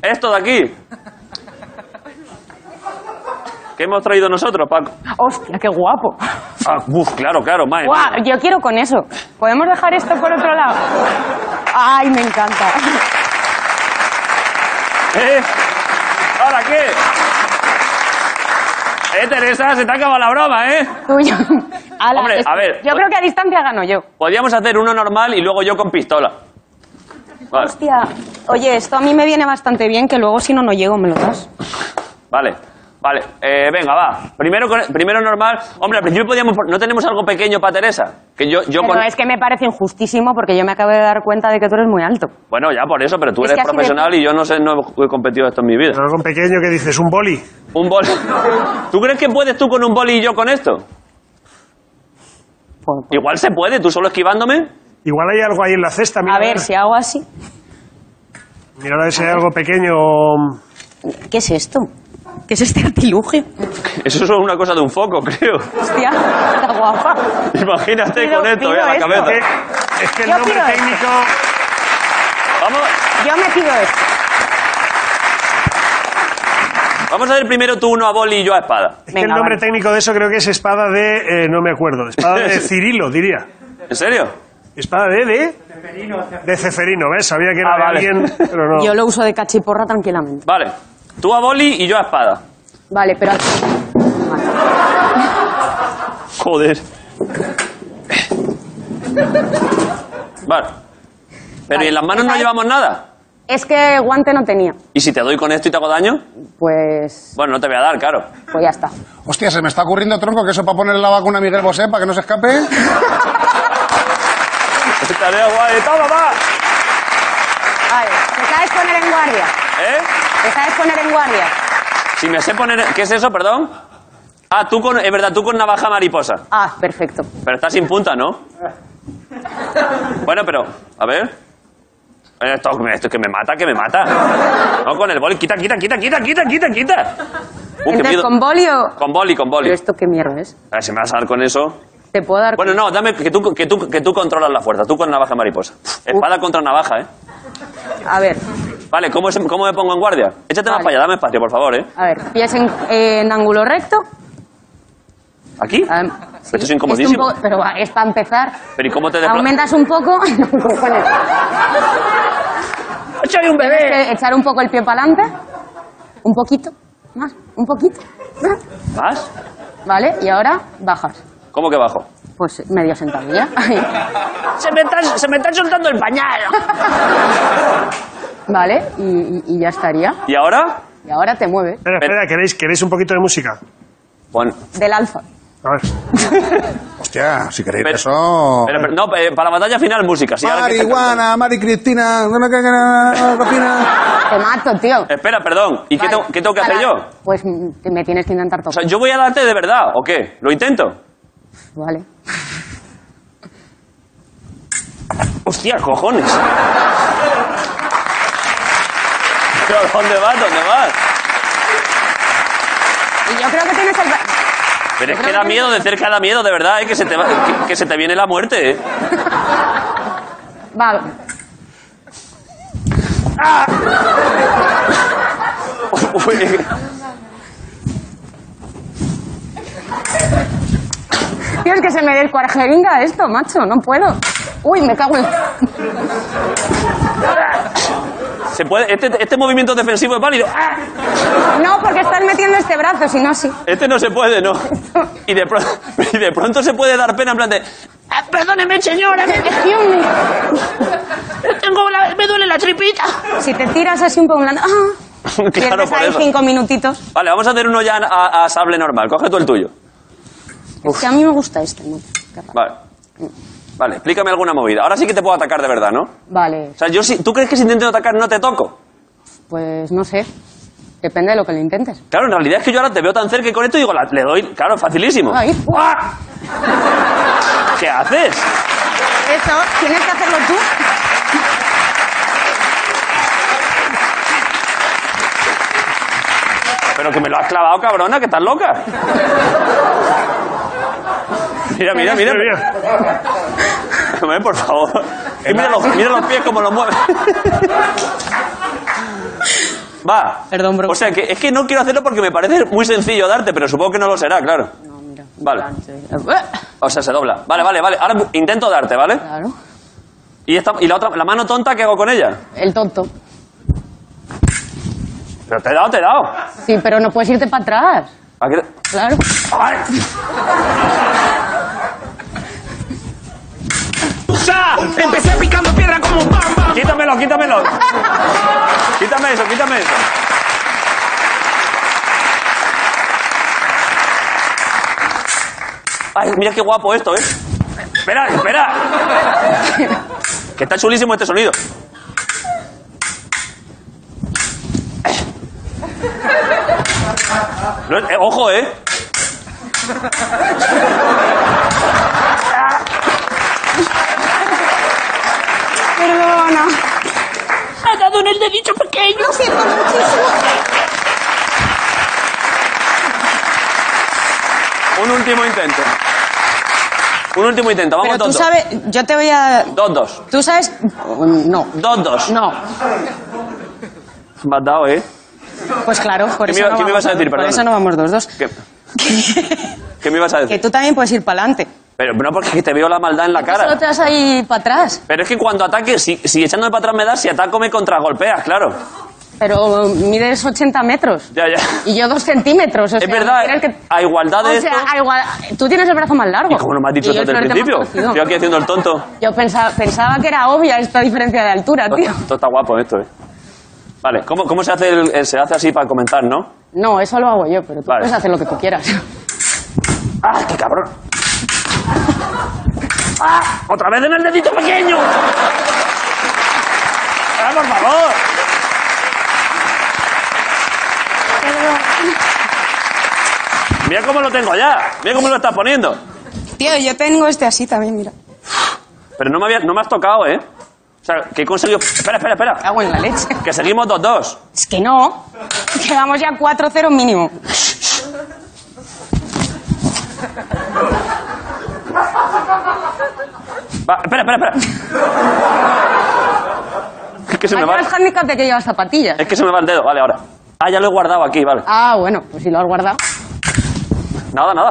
Speaker 2: Esto de aquí. ¿Qué hemos traído nosotros, Paco?
Speaker 7: hostia,
Speaker 2: <laughs>
Speaker 7: qué guapo.
Speaker 2: Ah, uf, claro, claro, madre mía.
Speaker 7: Guau, yo quiero con eso. ¿Podemos dejar esto por otro lado? Ay, me encanta. <laughs>
Speaker 2: ¿Eh? ¿Ahora qué? Eh, Teresa, se te ha acabado la broma, ¿eh?
Speaker 7: Tuyo. Ala,
Speaker 2: Hombre, a ver.
Speaker 7: Yo creo que a distancia gano yo.
Speaker 2: Podríamos hacer uno normal y luego yo con pistola. Vale,
Speaker 7: Hostia, oye, esto a mí me viene bastante bien, que luego si no, no llego, me lo das.
Speaker 2: vale. Vale, Eh, venga, va. Primero, con- primero normal. Hombre, al principio podíamos... por- ¿No tenemos algo pequeño para Teresa? Que yo, yo
Speaker 7: Pero
Speaker 2: con...
Speaker 7: es que me parece injustísimo porque yo me acabo de dar cuenta de que tú eres muy alto.
Speaker 2: Bueno, ya por eso, pero tú
Speaker 7: Es
Speaker 2: eres
Speaker 7: que así de-
Speaker 2: profesional y yo no sé, no he competido esto en mi vida.
Speaker 4: Pero algo pequeño que dices, un boli.
Speaker 2: Un boli. ¿Tú crees que puedes tú con un boli y yo con esto?
Speaker 7: Por- por-
Speaker 2: Igual se puede, tú solo esquivándome.
Speaker 4: Igual hay algo ahí en la cesta. Mira,
Speaker 7: A ver, si hago así.
Speaker 4: Mira a ver si hay algo pequeño. o-
Speaker 7: ¿Qué es esto? ¿Qué es este artilugio?
Speaker 2: Eso es una cosa de un foco, <laughs> creo.
Speaker 7: Hostia, <laughs> está guapa.
Speaker 2: Imagínate
Speaker 7: Pido-
Speaker 2: con esto,
Speaker 7: pido
Speaker 2: eh, a la
Speaker 7: esto.
Speaker 2: cabeza.
Speaker 4: Eh, Es que el
Speaker 7: Yo
Speaker 4: nombre
Speaker 7: pido esto.
Speaker 4: técnico.
Speaker 2: Vamos,
Speaker 7: Yo me pido esto.
Speaker 2: vamos a ver primero tú uno a boli y yo a espada.
Speaker 4: Es que
Speaker 7: Venga,
Speaker 4: el nombre
Speaker 7: vale.
Speaker 4: técnico de eso creo que es espada de. eh, no me acuerdo. Espada
Speaker 2: <laughs>
Speaker 4: de Cirilo, diría.
Speaker 2: ¿En serio?
Speaker 4: Espada de. de... De Ceferino, ¿ves? Sabía que era
Speaker 2: Ah,
Speaker 4: de
Speaker 2: vale.
Speaker 4: alguien, pero
Speaker 2: <laughs>
Speaker 4: no.
Speaker 7: Yo lo uso de cachiporra tranquilamente.
Speaker 2: Vale. Tú a boli y yo a espada.
Speaker 7: Vale, pero aquí.
Speaker 2: Joder. Vale. Pero ¿y en las manos no llevamos nada?
Speaker 7: Es que guante no tenía.
Speaker 2: ¿Y si te doy con esto y te hago daño?
Speaker 7: Pues,
Speaker 2: Bueno, no te voy a dar, claro.
Speaker 7: pues ya está.
Speaker 5: Hostia, se me está ocurriendo, tronco, que eso para ponerle la vacuna a Miguel Bosé para que no se escape.
Speaker 2: Estaría guay. ¡Toma, va!
Speaker 7: Vale, te sabes poner en guardia.
Speaker 2: ¿Eh?
Speaker 7: Te sabes poner en guardia.
Speaker 2: Si me sé poner... ¿Qué es eso, perdón? Ah, tú con... Es verdad, tú con navaja mariposa.
Speaker 7: Ah, perfecto.
Speaker 2: Pero está sin punta, ¿no? Bueno, pero... A ver... Eh, Esto, esto que me mata, que me mata. No, con el boli. Quita, quita, quita, quita, quita, quita, quita. Uh, qué
Speaker 7: Entonces,
Speaker 2: miedo.
Speaker 7: ¿con boli o...?
Speaker 2: Con boli, con boli.
Speaker 7: ¿Pero esto qué mierda es?
Speaker 2: A ver, si me vas a dar con eso...
Speaker 7: ¿Te puedo dar...?
Speaker 2: Bueno, no, dame que tú, que tú, que tú controlas la fuerza. Tú con navaja mariposa. Espada contra navaja, ¿eh?
Speaker 7: A ver,
Speaker 2: Vale, ¿cómo, es- cómo me pongo en guardia? Échate más
Speaker 7: Vale.
Speaker 2: para allá, dame espacio, por favor, ¿eh?
Speaker 7: a ver. Pies en, eh, en ángulo recto.
Speaker 2: ¿Aquí?
Speaker 7: Ah, sí.
Speaker 2: Esto es incomodísimo.
Speaker 7: un poco- pero va, es para empezar.
Speaker 2: Pero ¿y cómo te desplazas?
Speaker 7: Aumentas un poco... <laughs> No, cojones.
Speaker 2: un bebé!
Speaker 7: Tienes que Eh, echar un poco el pie para adelante. Un poquito. Más. Un poquito. más.
Speaker 2: ¿Más?
Speaker 7: Vale, y ahora bajas.
Speaker 2: ¿Cómo que bajo?
Speaker 7: Pues medio sentadilla.
Speaker 2: Se me está, se me está soltando el pañal.
Speaker 7: vale, y, y- y ya estaría.
Speaker 2: ¿Y ahora?
Speaker 7: Y ahora te mueves.
Speaker 4: Espera, Eh, espera, ¿queréis, ¿queréis un poquito de música?
Speaker 2: Pon-
Speaker 7: Del alfa.
Speaker 4: A ver.
Speaker 5: Hostia, si queréis
Speaker 2: Pero-
Speaker 5: eso.
Speaker 2: pero- pero- no, pe- para la batalla final, música. sí, ahora que te-
Speaker 5: Marihuana, Mari Cristina, cocina.
Speaker 7: Te mato, tío.
Speaker 2: Espera, perdón. ¿Y qué,
Speaker 7: Vale.
Speaker 2: tengo, qué tengo que hacer yo?
Speaker 7: Ahora, Pues mm, te- me tienes que intentar
Speaker 2: O sea,
Speaker 7: tocar.
Speaker 2: ¿yo voy a darte de verdad o qué? ¿Lo intento?
Speaker 7: Vale.
Speaker 2: Hostia,
Speaker 7: <laughs>
Speaker 2: cojones. Pero, ¿dónde vas? ¿Dónde vas?
Speaker 7: Y yo creo que tienes el... ba-
Speaker 2: Pero es
Speaker 7: Yo creo
Speaker 2: que da
Speaker 7: que-
Speaker 2: miedo, de cerca da miedo, de verdad, ¿eh? que, se te va- que, que se te viene la muerte. ¿eh?
Speaker 7: Va. <laughs>
Speaker 2: Uy.
Speaker 7: Tío, es que se me descuarjeringa esto, macho. No puedo. Uy, me cago en... <laughs>
Speaker 2: Se puede, este, este movimiento defensivo es válido. ¡Ah!
Speaker 7: No, porque estás metiendo este brazo, si no, sí.
Speaker 2: Este no se puede, ¿no? Y de, pro- <laughs> y de pronto se puede dar pena en plan de... "Ah, perdóneme, señora, que
Speaker 7: Excuse
Speaker 2: <laughs>
Speaker 7: me.
Speaker 2: tengo la- me duele la tripita.
Speaker 7: Si te tiras así un poco, en plan, ah,
Speaker 2: <laughs> Claro,
Speaker 7: pierdes
Speaker 2: por
Speaker 7: ahí
Speaker 2: eso.
Speaker 7: cinco minutitos.
Speaker 2: Vale, vamos a hacer uno ya a, a sable normal. Coge tú el tuyo.
Speaker 7: Es que a mí me gusta este, esto. ¿no? Qué raro.
Speaker 2: Vale. Vale, explícame alguna movida. Ahora sí que te puedo atacar de verdad, ¿no?
Speaker 7: Vale,
Speaker 2: O sea, yo si, ¿tú crees que si intento atacar no te toco?
Speaker 7: pues no sé. Depende de lo que le intentes.
Speaker 2: Claro, en realidad es que yo ahora te veo tan cerca y con esto digo, la- le doy... Claro, facilísimo.
Speaker 7: Ahí.
Speaker 2: ¡Buah! ¿Qué haces?
Speaker 7: Eso, tienes que hacerlo tú.
Speaker 2: Pero que me lo has clavado, cabrona, que estás loca. Mira, mira, mira.
Speaker 4: Muy bien.
Speaker 2: Hombre, por favor. Y mira, los, mira los pies como los mueve. Va.
Speaker 9: Perdón, bro.
Speaker 2: O sea, que es que no quiero hacerlo porque me parece muy sencillo darte, pero supongo que no lo será, claro.
Speaker 7: No, mira.
Speaker 2: Vale.
Speaker 7: Eh,
Speaker 2: O sea, se dobla. Vale, vale, vale. Ahora bu- intento darte, ¿vale?
Speaker 7: Claro.
Speaker 2: Y, esta, y la otra, la mano tonta, ¿qué hago con ella?
Speaker 7: El tonto.
Speaker 2: Pero te he dado, te he dado.
Speaker 7: Sí, pero no puedes irte para atrás.
Speaker 2: ¿A qué-
Speaker 7: Claro.
Speaker 2: ¡Ay!
Speaker 1: Empecé picando piedra como un bam, bam.
Speaker 2: Quítamelo, quítamelo. quítame eso, quítame eso. Ay, mira qué guapo esto, ¿eh? Espera, espera. Que está chulísimo este sonido. No, eh, ojo, ¿eh?
Speaker 7: Perdona.
Speaker 9: Ha dado en el dedito pequeño.
Speaker 7: Lo siento muchísimo.
Speaker 2: Un último intento. Un último intento, vamos
Speaker 7: Pero tú
Speaker 2: dos, dos.
Speaker 7: sabes, yo te voy a...
Speaker 2: Dos, dos.
Speaker 7: Tú sabes... Mm, No,
Speaker 2: Dos, dos.
Speaker 7: no.
Speaker 2: Me has dado, ¿eh?
Speaker 7: Pues claro, por
Speaker 2: ¿Qué me
Speaker 7: eso
Speaker 2: iba-
Speaker 7: no
Speaker 2: qué me
Speaker 7: vamos
Speaker 2: ibas a decir?
Speaker 7: Por
Speaker 2: Perdona.
Speaker 7: eso no vamos dos, dos.
Speaker 2: ¿Qué, qué me ibas a decir?
Speaker 7: <laughs> Que tú también puedes ir para adelante.
Speaker 2: Pero no porque te veo la maldad en la
Speaker 7: Solo
Speaker 2: cara.
Speaker 7: te vas ahí para atrás.
Speaker 2: Pero es que cuando ataque, si, si echándome para atrás me das, si ataco me contragolpeas, claro.
Speaker 7: Pero mides 80 metros.
Speaker 2: Ya, ya.
Speaker 7: <laughs> Y yo dos centímetros. o
Speaker 2: Es
Speaker 7: sea,
Speaker 2: verdad,
Speaker 7: tienes
Speaker 2: a igualdad de
Speaker 7: o sea,
Speaker 2: esto-
Speaker 7: a igual... Tú tienes el brazo más largo.
Speaker 2: ¿Y como no me has dicho
Speaker 7: Y yo
Speaker 2: desde el
Speaker 7: el florete
Speaker 2: principio?
Speaker 7: más torcido.
Speaker 2: Estoy aquí haciendo el tonto.
Speaker 7: Yo pensaba, pensaba que era obvia esta diferencia
Speaker 2: <laughs>
Speaker 7: de altura, tío.
Speaker 2: Esto está guapo esto, eh. Vale, ¿cómo, cómo se hace el, el- se hace así para comenzar, no?
Speaker 7: No, eso lo hago yo, pero tú
Speaker 2: Vale.
Speaker 7: puedes hacer lo que tú quieras. <laughs>
Speaker 2: ¡Ah, qué cabrón! ¡Ah! ¡Otra vez en el dedito pequeño! ¡Ah, por favor! Mira cómo lo tengo ya. Mira cómo lo estás poniendo.
Speaker 7: Tío, yo tengo este así también, mira.
Speaker 2: Pero no me, había- no me has tocado, ¿eh? O sea, que he conseguido... Espera, espera, espera.
Speaker 7: Agua en la leche.
Speaker 2: Que seguimos 2-2.
Speaker 7: Es que no. <laughs> Quedamos ya
Speaker 2: <laughs>
Speaker 7: 4-0 mínimo.
Speaker 2: Va, espera, espera, <laughs> espera. Es que se me
Speaker 7: Hay
Speaker 2: va... Eh.
Speaker 7: más handicap de que llevas zapatillas.
Speaker 2: Es que se me va el dedo. Vale, ahora. Ah, ya lo he guardado aquí, vale.
Speaker 7: Ah, bueno, pues si lo has guardado. <laughs>
Speaker 2: Nada, nada.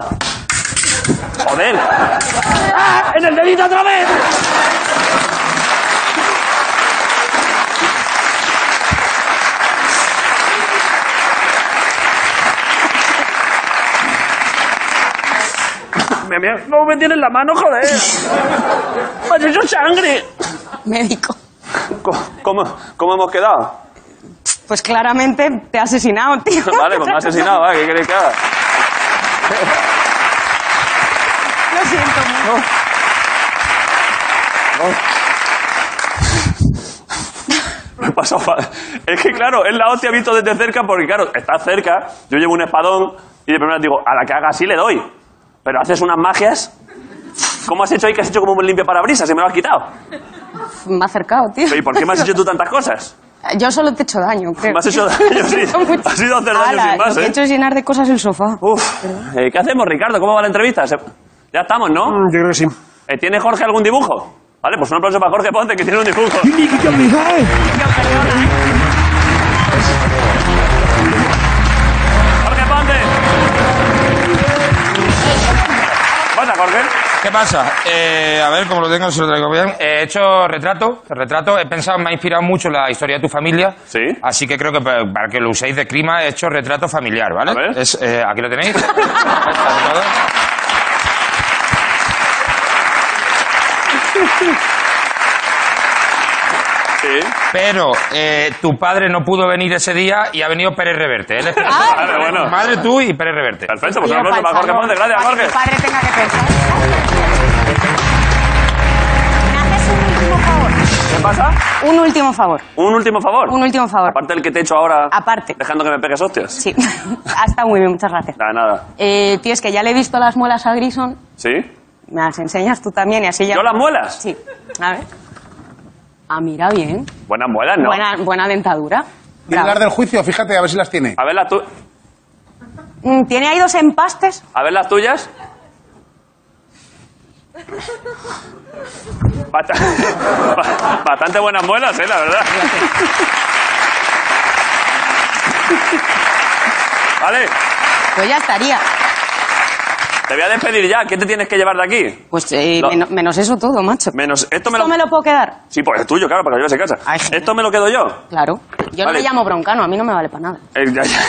Speaker 2: Joder. ¡Ah! ¡En el dedito otra vez! Me, me, no me tienes la mano,
Speaker 4: <laughs>
Speaker 2: joder. Me has hecho sangre.
Speaker 7: Médico.
Speaker 2: ¿Cómo, cómo, cómo hemos quedado?
Speaker 7: Pues claramente te ha asesinado, tío.
Speaker 2: Vale,
Speaker 7: <laughs>
Speaker 2: pues me ha asesinado, ¿eh? ¿qué queréis que haga?
Speaker 7: Lo siento mucho.
Speaker 2: Me he pasado fa- Es que, claro, es la hostia visto desde cerca porque, claro, está cerca, yo llevo un espadón y de primera digo, a la que haga así le doy. Pero haces unas magias. ¿Cómo has hecho ahí que has hecho como un limpia parabrisas y me lo has quitado?
Speaker 7: Me ha acercado, tío. <laughs>
Speaker 2: ¿Y por qué me has hecho tú tantas cosas?
Speaker 7: Yo solo te he hecho daño, creo.
Speaker 2: Me has hecho
Speaker 7: <laughs>
Speaker 2: daño, sí. Has ido a hacer daño
Speaker 7: Ala,
Speaker 2: sin más,
Speaker 7: lo que
Speaker 2: ¿eh?
Speaker 7: he hecho es llenar de cosas el sofá.
Speaker 2: Uf. Eh, ¿Qué hacemos, Ricardo? ¿Cómo va la entrevista? Se- Ya estamos, ¿no?
Speaker 4: Mm, Yo creo que sí.
Speaker 2: Eh, ¿Tiene Jorge algún dibujo? Vale, pues un aplauso para Jorge Ponte, que tiene un dibujo. Jorge Ponte. Pasa, Jorge.
Speaker 10: ¿Qué pasa? Eh, a ver, como lo tengo, se lo traigo bien. Eh, he hecho retrato, retrato. He pensado, me ha inspirado mucho la historia de tu familia.
Speaker 2: Sí.
Speaker 10: Así que creo que pa- para, que lo uséis de clima, he hecho retrato familiar, ¿vale?
Speaker 2: A ver.
Speaker 10: Es, eh, aquí lo tenéis. <laughs> Está todo.
Speaker 2: Sí.
Speaker 10: Pero eh, tu padre no pudo venir ese día y ha venido Pérez Reverte. Él es
Speaker 2: Vale, bueno.
Speaker 10: tu madre, tú y Pérez Reverte.
Speaker 2: Perfecto, pues un
Speaker 7: Iba
Speaker 2: aplauso para Jorge
Speaker 7: faltando.
Speaker 2: Ponte. Gracias,
Speaker 7: Para
Speaker 2: Jorge.
Speaker 7: que mi padre tenga que pensar. ¿Me haces un último favor?
Speaker 2: ¿Qué pasa?
Speaker 7: Un último favor.
Speaker 2: Un último favor.
Speaker 7: Un último favor.
Speaker 2: Aparte del que te he hecho ahora.
Speaker 7: Aparte.
Speaker 2: Dejando que me pegues hostias.
Speaker 7: Sí. <laughs> ha estado muy bien, muchas gracias.
Speaker 2: Nada, nada.
Speaker 7: Eh, tío, es que ya le he visto las muelas a Grison.
Speaker 2: ¿Sí?
Speaker 7: Me las enseñas tú también y así ya...
Speaker 2: ¿Yo las muelas?
Speaker 7: Sí. A ver. Ah, mira, bien.
Speaker 2: Buenas muelas, ¿no?
Speaker 7: Buena, buena dentadura.
Speaker 5: Tiene
Speaker 7: Bravo.
Speaker 5: hablar del juicio, fíjate, a ver si las tiene.
Speaker 2: A ver las tu-
Speaker 7: Mm, Tiene ahí dos empastes.
Speaker 2: A ver las tuyas. Bast- ba- <laughs> Bastante buenas muelas, eh, la verdad. Vale,
Speaker 7: Pues ya estaría.
Speaker 2: te voy a despedir ya. ¿Qué te tienes que llevar de aquí?
Speaker 7: Pues eh,
Speaker 2: Lo-
Speaker 7: meno- menos eso todo, macho.
Speaker 2: Menos. Esto me lo.
Speaker 7: ¿Esto me lo puedo quedar?
Speaker 2: Sí, pues es tuyo, claro, para que lo lleves a casa.
Speaker 7: Ay, genial.
Speaker 2: Esto me lo quedo yo.
Speaker 7: Claro. Yo no
Speaker 2: Vale.
Speaker 7: le llamo broncano, a mí no me vale para nada.
Speaker 2: Eh, ya-
Speaker 7: <laughs>
Speaker 2: ya.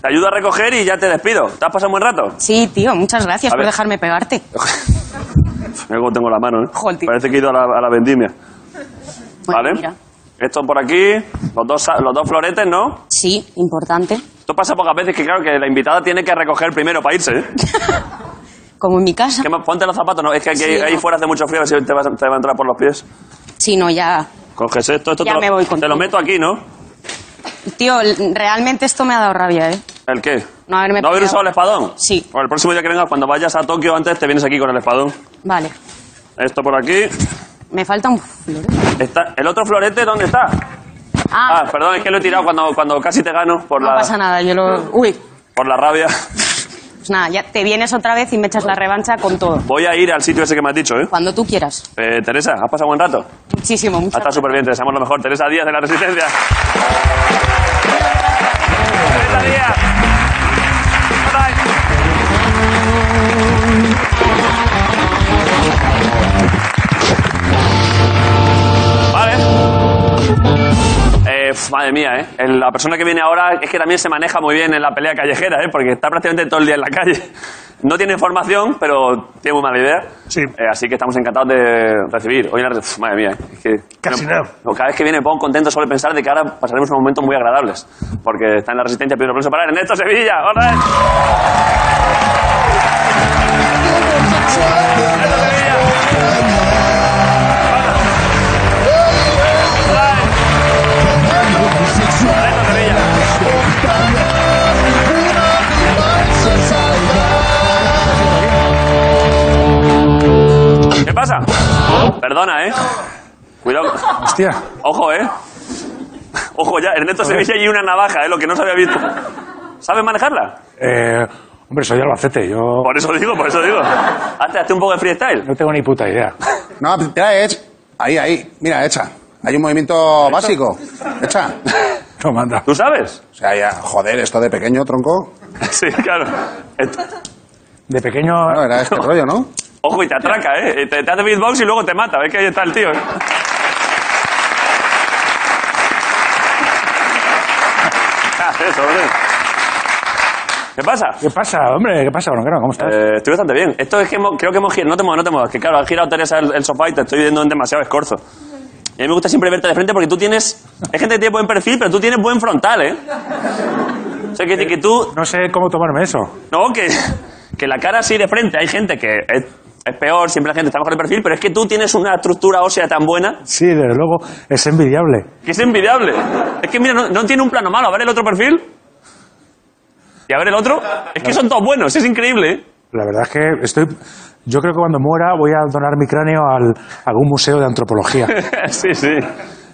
Speaker 2: Te ayudo a recoger y ya te despido. ¿Te has pasado un buen rato?
Speaker 7: Sí, tío, muchas gracias
Speaker 2: A
Speaker 7: por
Speaker 2: ver.
Speaker 7: dejarme pegarte.
Speaker 2: Mira cómo tengo la mano, ¿eh?
Speaker 7: Joder, tío.
Speaker 2: Parece que he ido a la, a la vendimia.
Speaker 7: Bueno,
Speaker 2: ¿Vale?
Speaker 7: mira.
Speaker 2: Esto por aquí, los dos, sa- los dos floretes, ¿no?
Speaker 7: Sí, importante.
Speaker 2: Esto pasa pocas veces que, claro, que la invitada tiene que recoger primero para irse,
Speaker 7: <laughs>
Speaker 2: ¿eh?
Speaker 7: Como en mi casa.
Speaker 2: ¿Qué más? Ponte los zapatos, no, es que aquí,
Speaker 7: Sí,
Speaker 2: ahí
Speaker 7: no.
Speaker 2: fuera hace mucho frío, a ver si te, vas a- te va a entrar por los pies.
Speaker 7: Sí, no, ya.
Speaker 2: Coges esto, esto
Speaker 7: Ya
Speaker 2: te,
Speaker 7: me
Speaker 2: lo,
Speaker 7: voy
Speaker 2: te lo
Speaker 7: contigo.
Speaker 2: meto aquí, ¿no?
Speaker 7: Tío, l- realmente esto me ha dado rabia, ¿eh?
Speaker 2: ¿El qué?
Speaker 7: No haberme
Speaker 2: ¿No haber
Speaker 7: pillado.
Speaker 2: usado el espadón?
Speaker 7: Sí.
Speaker 2: Por el próximo día que vengas, cuando vayas a Tokio antes, te vienes aquí con el espadón.
Speaker 7: Vale.
Speaker 2: Esto por aquí.
Speaker 7: Me falta un flor.
Speaker 2: Está, ¿El otro florete dónde está?
Speaker 7: Ah,
Speaker 2: Ah, perdón, es que lo he tirado cuando, cuando casi te gano por,
Speaker 7: no
Speaker 2: la,
Speaker 7: pasa nada, yo lo. Uy,
Speaker 2: por la rabia.
Speaker 7: pues nada, ya te vienes otra vez y me echas la revancha con todo.
Speaker 2: Voy a ir al sitio ese que me has dicho, ¿eh?
Speaker 7: Cuando tú quieras.
Speaker 2: Eh, Teresa, ¿has pasado buen rato?
Speaker 7: Muchísimo,
Speaker 2: Ha
Speaker 7: muchas
Speaker 2: estado súper bien, te deseamos lo mejor. Teresa Díaz de la Resistencia. Teresa Díaz. Bye. Vale. Eh, pf, madre mía, ¿eh? El- La persona que viene ahora es que también se maneja muy bien en la pelea callejera, ¿eh? Porque está prácticamente todo el día en la calle. No tiene formación, pero tiene muy mala idea.
Speaker 4: Sí.
Speaker 2: Eh, así que estamos encantados de recibir. Hoy, la re- pf, madre mía, ¿eh? es que...
Speaker 4: Casi
Speaker 2: Bueno, pues
Speaker 4: nada.
Speaker 2: Cada vez que viene me pongo contento solo de pensar de que ahora pasaremos unos momentos muy agradables. Porque está en la resistencia Pedro Alonso para Ernesto Sevilla. ¡Hola! Ernesto Sevilla. ¿Qué pasa? Perdona, ¿eh? Cuidado.
Speaker 3: Hostia.
Speaker 2: Ojo, ¿eh? Ojo ya, Ernesto Sevilla y una navaja, ¿eh? Lo que no se había visto. ¿Sabes manejarla?
Speaker 3: Eh, hombre, soy albacete, yo
Speaker 2: Por eso digo, por eso digo. Hazte, hazte un poco de freestyle.
Speaker 3: no tengo ni puta <laughs> idea.
Speaker 5: No, te la he hecho. Ahí, ahí. Mira, echa. Hay un movimiento básico. Echa.
Speaker 3: No manda.
Speaker 2: ¿Tú sabes? <laughs>
Speaker 5: O sea, ya, joder, esto de pequeño, tronco.
Speaker 2: Sí, claro. Et-
Speaker 3: De pequeño.
Speaker 5: No, era este rollo, ¿no?
Speaker 2: Ojo, y te atraca, ¿eh? Te, te hace beatbox y luego te mata. ¿Ves que ahí está el tío? ¿eh? <laughs> ¿Qué haces, hombre? ¿Qué pasa?
Speaker 3: ¿Qué pasa, hombre? ¿Qué pasa, Bronquero? ¿Cómo estás?
Speaker 2: Eh, estoy bastante bien. Esto es que hemos- creo que hemos girado. No te muevas, no te muevas. Que claro, has girado Teresa el, el sofá y te estoy viendo en demasiado escorzo. Y a mí me gusta siempre verte de frente porque tú tienes. Es gente que tiene buen perfil, pero tú tienes buen frontal, ¿eh? O sea, que, que tú.
Speaker 3: Eh, No sé cómo tomarme eso.
Speaker 2: No, que, que la cara así de frente. Hay gente que es, es peor, siempre la gente está mejor de perfil, pero es que tú tienes una estructura ósea tan buena
Speaker 3: Sí, desde luego, es envidiable.
Speaker 2: que es envidiable. Es que mira, no, no tiene un plano malo. A ver el otro perfil. Y a ver el otro. Es que son todos buenos, es increíble, ¿eh?
Speaker 3: La verdad es que estoy. Yo <laughs> creo que cuando muera voy a donar mi cráneo al, a algún museo de antropología.
Speaker 2: <laughs> sí, sí.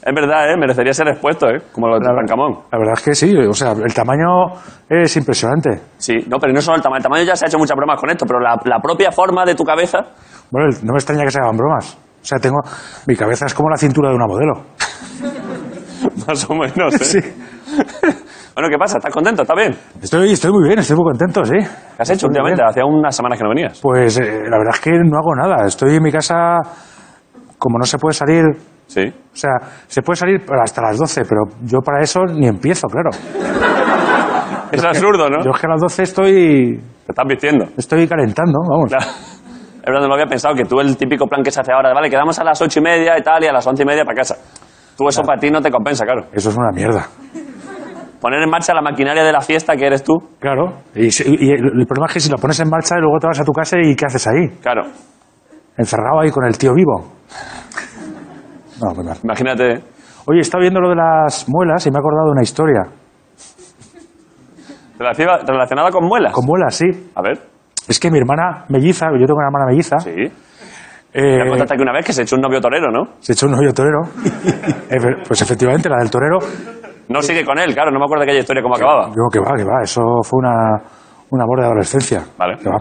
Speaker 2: Es verdad, ¿eh? Merecería ser expuesto, ¿eh? Como lo de Tutankamón.
Speaker 4: La verdad es que sí, o sea, el tamaño es impresionante.
Speaker 2: Sí, no, pero no solo el tamaño. El tamaño ya se ha hecho muchas bromas con esto, pero la, la propia forma de tu cabeza... <laughs>
Speaker 4: Bueno, el- no me extraña que se hagan bromas. O sea, tengo. Mi cabeza es como la cintura de una modelo. <laughs>
Speaker 2: Más o menos, ¿eh?
Speaker 4: Sí.
Speaker 2: bueno, ¿qué pasa? ¿Estás contento? ¿Estás bien?
Speaker 4: Estoy, estoy muy bien, estoy muy contento, sí.
Speaker 2: ¿Qué has hecho últimamente? Hacía unas semanas que no venías.
Speaker 4: Pues eh, la verdad es que no hago nada. Estoy en mi casa. Como no se puede salir. O
Speaker 2: Sí.
Speaker 4: sea, se puede salir hasta las 12, pero yo para eso ni empiezo, claro.
Speaker 2: Es absurdo, ¿no?
Speaker 4: Yo es que a las 12 estoy.
Speaker 2: Te estás vistiendo.
Speaker 4: Estoy calentando, vamos.
Speaker 2: Claro. Es verdad, no lo había pensado, que tú el típico plan que se hace ahora, de, vale, quedamos a las ocho y media y tal, y a las once y media para casa. Tú eso para ti no te compensa, claro.
Speaker 4: Eso es una mierda.
Speaker 2: Poner en marcha la maquinaria de la fiesta que eres tú,
Speaker 4: Claro. Y, si- y el el problema es que si lo pones en marcha y luego te vas a tu casa y ¿qué haces ahí?
Speaker 2: claro.
Speaker 4: Encerrado ahí con el tío vivo. No, verdad.
Speaker 2: Imagínate. ¿eh?
Speaker 4: Oye, estaba viendo lo de las muelas y me he acordado de una historia.
Speaker 2: Relativa- Relacionada con muelas.
Speaker 4: Con muelas, sí.
Speaker 2: A ver,
Speaker 4: Es que mi hermana melliza, yo tengo una hermana melliza,
Speaker 2: sí.
Speaker 4: eh,
Speaker 2: Te contaste que una vez que se echó un novio torero, ¿no?
Speaker 4: se echó un novio torero. <laughs> Eh, pero- pues efectivamente, la del torero.
Speaker 2: No sigue con él, claro, no me acuerdo de aquella historia cómo acababa.
Speaker 4: Yo, que va, que va, eso fue una, un amor de adolescencia.
Speaker 2: Vale.
Speaker 4: Que va.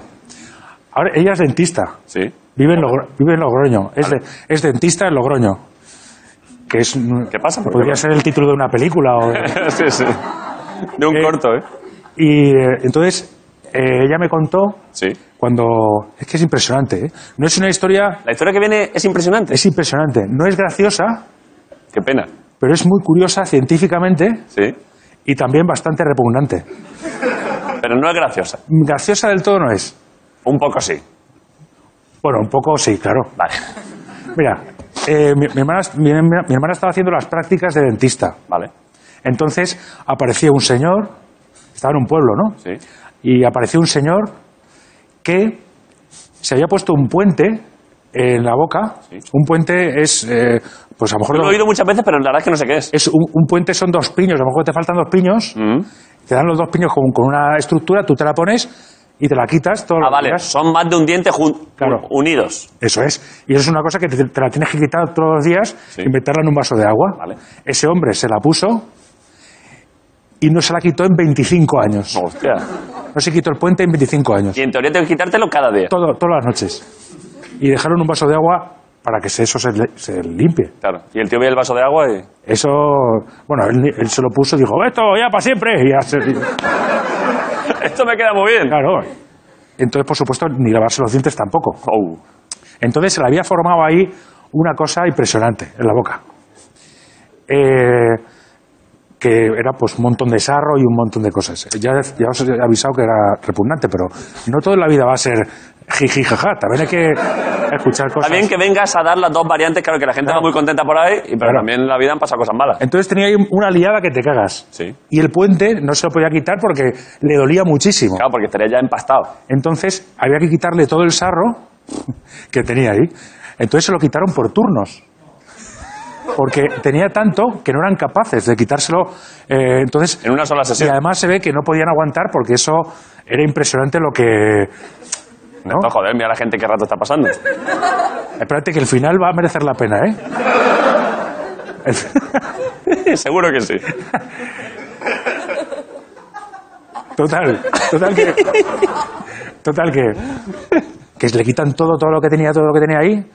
Speaker 4: Ahora, ella es dentista,
Speaker 2: Sí. <laughs>
Speaker 4: vive en, Logro- vive en Logroño, es, de- es dentista en Logroño. Que es, un-
Speaker 2: ¿Qué pasa? ¿Por qué
Speaker 4: Podría
Speaker 2: no?
Speaker 4: ser el título de una película o de-
Speaker 2: sí, sí. De un
Speaker 4: Eh,
Speaker 2: corto, ¿eh?
Speaker 4: Y eh, entonces eh, ella me contó
Speaker 2: Sí.
Speaker 4: cuando... Es que es impresionante, ¿eh? No es una historia...
Speaker 2: La historia que viene es impresionante.
Speaker 4: Es impresionante. No es graciosa,
Speaker 2: Qué pena.
Speaker 4: pero es muy curiosa científicamente
Speaker 2: Sí.
Speaker 4: y también bastante repugnante.
Speaker 2: Pero no es graciosa.
Speaker 4: Graciosa del todo no es.
Speaker 2: Un poco sí.
Speaker 4: Bueno, un poco sí, claro.
Speaker 2: Vale.
Speaker 4: Mira, eh, mi, mi hermana, mi- mi- mi hermana estaba haciendo las prácticas de dentista.
Speaker 2: Vale.
Speaker 4: Entonces apareció un señor, estaba en un pueblo, ¿no?
Speaker 2: Sí.
Speaker 4: Y apareció un señor que se había puesto un puente en la boca. Un puente es, eh, pues a lo mejor...
Speaker 2: Lo he
Speaker 4: lo-
Speaker 2: oído muchas veces, pero la verdad es que no sé qué es.
Speaker 4: es un, un puente son dos piños, a lo mejor te faltan dos piños,
Speaker 2: Mm.
Speaker 4: te dan los dos piños con, con una estructura, tú te la pones y te la quitas todo
Speaker 2: Ah, vale. Son más de un diente jun-
Speaker 4: Claro.
Speaker 2: un- unidos.
Speaker 4: Eso es. Y eso es una cosa que te, te la tienes que quitar todos los días
Speaker 2: Sí.
Speaker 4: y meterla en un vaso de agua.
Speaker 2: Vale.
Speaker 4: Ese hombre se la puso y no se la quitó en 25 años.
Speaker 2: Hostia.
Speaker 4: No se quitó el puente en 25 años.
Speaker 2: Y en teoría tengo que quitártelo cada día.
Speaker 4: Todo- todas las noches. Y dejaron un vaso de agua para que se- eso se, le- se limpie.
Speaker 2: Claro. Y el tío ve el vaso de agua y. <laughs>
Speaker 4: Eso, bueno, él, él se lo puso y dijo, esto ya para siempre. Y ya se-
Speaker 2: Esto me queda muy bien.
Speaker 4: claro. Entonces, por supuesto, ni lavarse los dientes tampoco.
Speaker 2: Oh.
Speaker 4: Entonces se le había formado ahí una cosa impresionante en la boca. Eh, que era pues un montón de sarro y un montón de cosas. Eh, Ya, ya os he avisado que era repugnante, pero no toda la vida va a ser jiji jaja. También hay que escuchar cosas.
Speaker 2: Está bien que vengas a dar las dos variantes, claro que la gente está muy contenta por ahí, y- pero
Speaker 4: Claro.
Speaker 2: también en la vida han pasado cosas malas.
Speaker 4: Entonces tenía ahí una liada que te cagas.
Speaker 2: Sí.
Speaker 4: Y el puente no se lo podía quitar porque le dolía muchísimo.
Speaker 2: Claro, porque estaría ya empastado.
Speaker 4: Entonces había que quitarle todo el sarro <laughs> que tenía ahí. Entonces se lo quitaron por turnos. Porque tenía tanto que no eran capaces de quitárselo. eh, entonces,
Speaker 2: En una sola
Speaker 4: y
Speaker 2: sesión.
Speaker 4: además se ve que no podían aguantar porque eso era impresionante lo que. ¿no?
Speaker 2: No, joder, mira la gente qué rato está pasando. <laughs>
Speaker 4: Espérate que el final va a merecer la pena, ¿eh?
Speaker 2: Seguro que sí.
Speaker 4: Total, total que. Total que. Que le quitan todo, todo lo que tenía, todo lo que tenía ahí.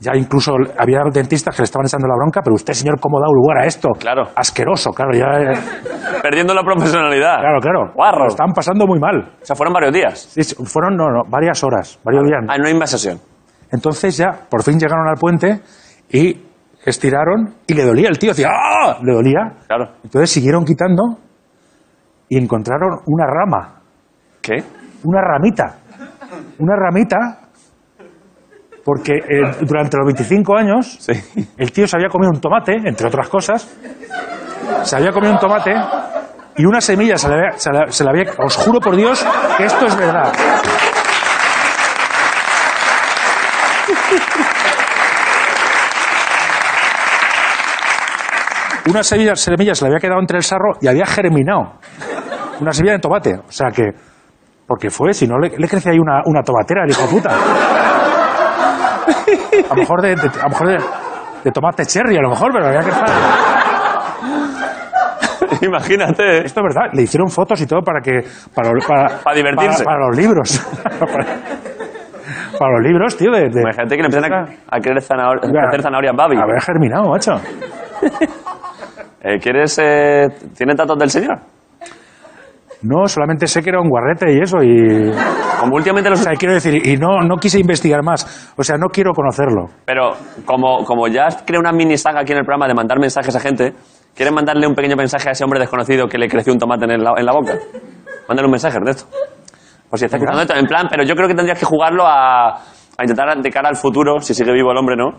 Speaker 4: Ya incluso había dentistas que le estaban echando la bronca, pero usted, señor, ¿cómo da lugar a esto?
Speaker 2: Claro.
Speaker 4: Asqueroso, claro, ya.
Speaker 2: Perdiendo la profesionalidad.
Speaker 4: Claro, claro.
Speaker 2: Guarro.
Speaker 4: Lo estaban pasando muy mal.
Speaker 2: O sea, fueron varios días.
Speaker 4: Sí, sí, Fueron, no, no, varias horas, varios días.
Speaker 2: Ah, no hay más sesión. <laughs>
Speaker 4: Entonces ya, por fin llegaron al puente y estiraron y le dolía el tío. Decía, ¡ah! Le dolía.
Speaker 2: Claro.
Speaker 4: Entonces siguieron quitando y encontraron una rama.
Speaker 2: ¿Qué?
Speaker 4: una ramita. Una ramita. Porque eh, durante los 25 años
Speaker 2: Sí.
Speaker 4: el tío se había comido un tomate, entre otras cosas. Se había comido un tomate y una semilla se la había... se la- se la había- os juro por Dios que esto es verdad. Una semilla, semilla se le había quedado entre el sarro y había germinado. Una semilla de tomate. O sea que... Porque fue, si no le, le crece ahí una, una tomatera al hijo puta. A lo mejor de, de- a lo mejor de- de tomate cherry, a lo mejor, pero había que estar.
Speaker 2: Imagínate.
Speaker 4: Esto es verdad. Le hicieron fotos y todo para que. Para, para,
Speaker 2: <laughs> Para divertirse.
Speaker 4: Para, para los libros. para, para los libros, tío. De, de-
Speaker 2: Imagínate que le empiezan a, a querer zanahor- a hacer zanahorias babi.
Speaker 4: Haber germinado, macho.
Speaker 2: Eh, ¿Quieres... Eh, ¿Tiene datos del señor?
Speaker 4: No, solamente sé que era un guarrete y eso. Y.
Speaker 2: Como últimamente
Speaker 4: O
Speaker 2: los...
Speaker 4: sea, quiero decir, y no, no quise investigar más. O sea, no quiero conocerlo.
Speaker 2: Pero como, como ya creo una mini saga aquí en el programa de mandar mensajes a gente, ¿quieren mandarle un pequeño mensaje a ese hombre desconocido que le creció un tomate en la, en la boca? Mándale un mensaje, Ernesto. Por si está escuchando esto, en plan, pero yo creo que tendrías que jugarlo a, a intentar de cara al futuro, si sigue vivo el hombre, ¿no?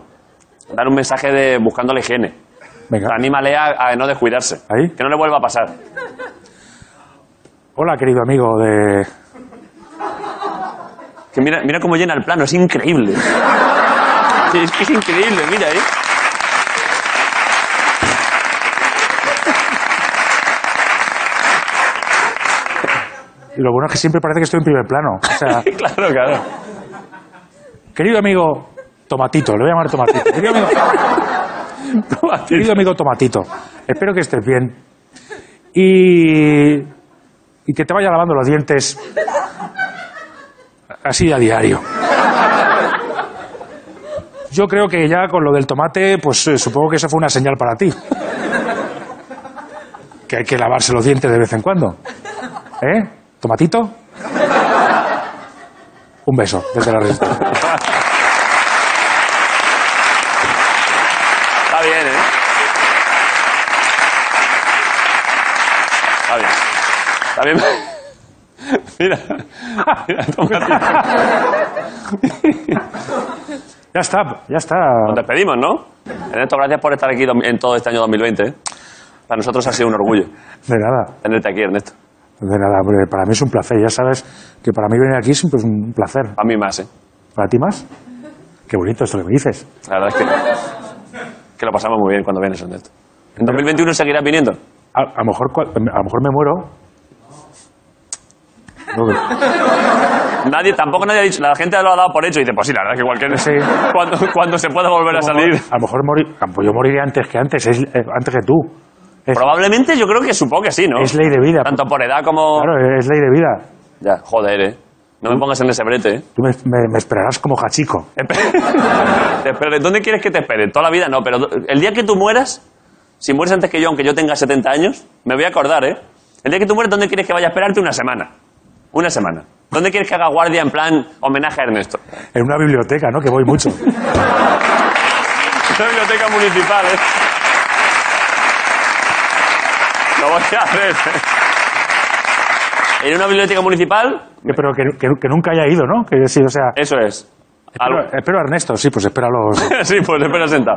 Speaker 2: Dar un mensaje de buscando la higiene.
Speaker 4: Venga.
Speaker 2: Anímale a, a no descuidarse.
Speaker 4: Ahí.
Speaker 2: Que no le vuelva a pasar.
Speaker 4: Hola, querido amigo de.
Speaker 2: Que mira, mira cómo llena el plano, es increíble. <laughs> Sí, es que es increíble, mira, ¿eh?
Speaker 4: Y lo bueno es que siempre parece que estoy en primer plano. O sea,
Speaker 2: claro, claro.
Speaker 4: querido amigo Tomatito, le voy a llamar Tomatito. Querido amigo, querido amigo Tomatito, espero que estés bien. Y. Y que te vaya lavando los dientes. Así a diario. Yo creo que ya con lo del tomate, pues eh, supongo que eso fue una señal para ti. Que hay que lavarse los dientes de vez en cuando. ¿Eh? ¿Tomatito? Un beso desde la resistencia.
Speaker 2: Está bien, ¿eh? Está bien. Está bien. <laughs> Mira, mira, toma.
Speaker 4: Ya está, ya está.
Speaker 2: Nos despedimos, ¿no? Ernesto, gracias por estar aquí do- en todo este año 2020. ¿eh? Para nosotros ha sido un orgullo
Speaker 4: De nada,
Speaker 2: tenerte aquí, Ernesto.
Speaker 4: de nada. hombre, Para mí es un placer. Ya sabes que para mí venir aquí siempre es un placer.
Speaker 2: A mí más, ¿eh?
Speaker 4: ¿Para ti más? Qué bonito esto que me dices.
Speaker 2: La verdad es que, que lo pasamos muy bien cuando vienes, Ernesto. ¿En 2021 seguirás viniendo?
Speaker 4: A, a lo, mejor, cua- a lo mejor me muero. No, que-
Speaker 2: Nadie, tampoco nadie ha dicho, la gente lo ha dado por hecho y dice, pues sí, la verdad es que cualquier...
Speaker 4: Sí.
Speaker 2: <laughs> Cuando, cuando se pueda volver a salir.
Speaker 4: A lo mejor morir, ah, pues yo moriré antes que antes, es- eh, antes que tú. Es,
Speaker 2: Probablemente yo creo que supongo que sí, ¿no?
Speaker 4: es ley de vida.
Speaker 2: Tanto por edad como...
Speaker 4: Claro, es ley de vida.
Speaker 2: Ya, joder, ¿eh? No me pongas en ese brete, ¿eh?
Speaker 4: Tú me, me- me esperarás como jachico.
Speaker 2: Espe- <laughs> Te espere- ¿Dónde quieres que te espere? Toda la vida no, pero do- el día que tú mueras, si mueres antes que yo, aunque yo tenga 70 años, me voy a acordar, ¿eh? El día que tú mueres, ¿dónde quieres que vaya a esperarte? Una semana. Una semana. ¿Dónde quieres que haga guardia en plan homenaje a Ernesto? <laughs>
Speaker 4: En una biblioteca, ¿no? Que voy mucho.
Speaker 2: La biblioteca municipal, ¿eh? Lo voy a hacer. ¿eh? En una biblioteca municipal,
Speaker 4: Que- Pero que, que- que nunca haya ido, ¿no? Que sí, o sea.
Speaker 2: eso es.
Speaker 4: Espero,
Speaker 2: Algo-
Speaker 4: espero a Ernesto, sí, pues espéralo.
Speaker 2: <laughs> sí, pues espera sentado.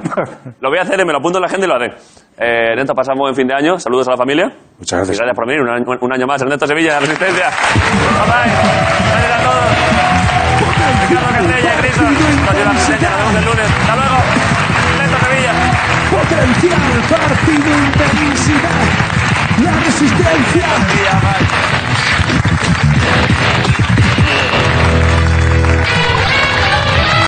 Speaker 2: Lo voy a hacer, me lo apunto en la agenda y lo haré. Eh, Ernesto, pasamos buen fin de año. Saludos a la familia.
Speaker 4: Muchas gracias.
Speaker 2: Y gracias por venir. Un año, un año más. Ernesto Sevilla, de Resistencia. Bye bye. Gracias a todos. Ricardo Castella y Griso. Nos llevan señas. Nos vemos el lunes. Hasta luego. Ernesto Sevilla.
Speaker 5: Potencial, partido, intensidad, la resistencia.
Speaker 2: Sevilla, bye.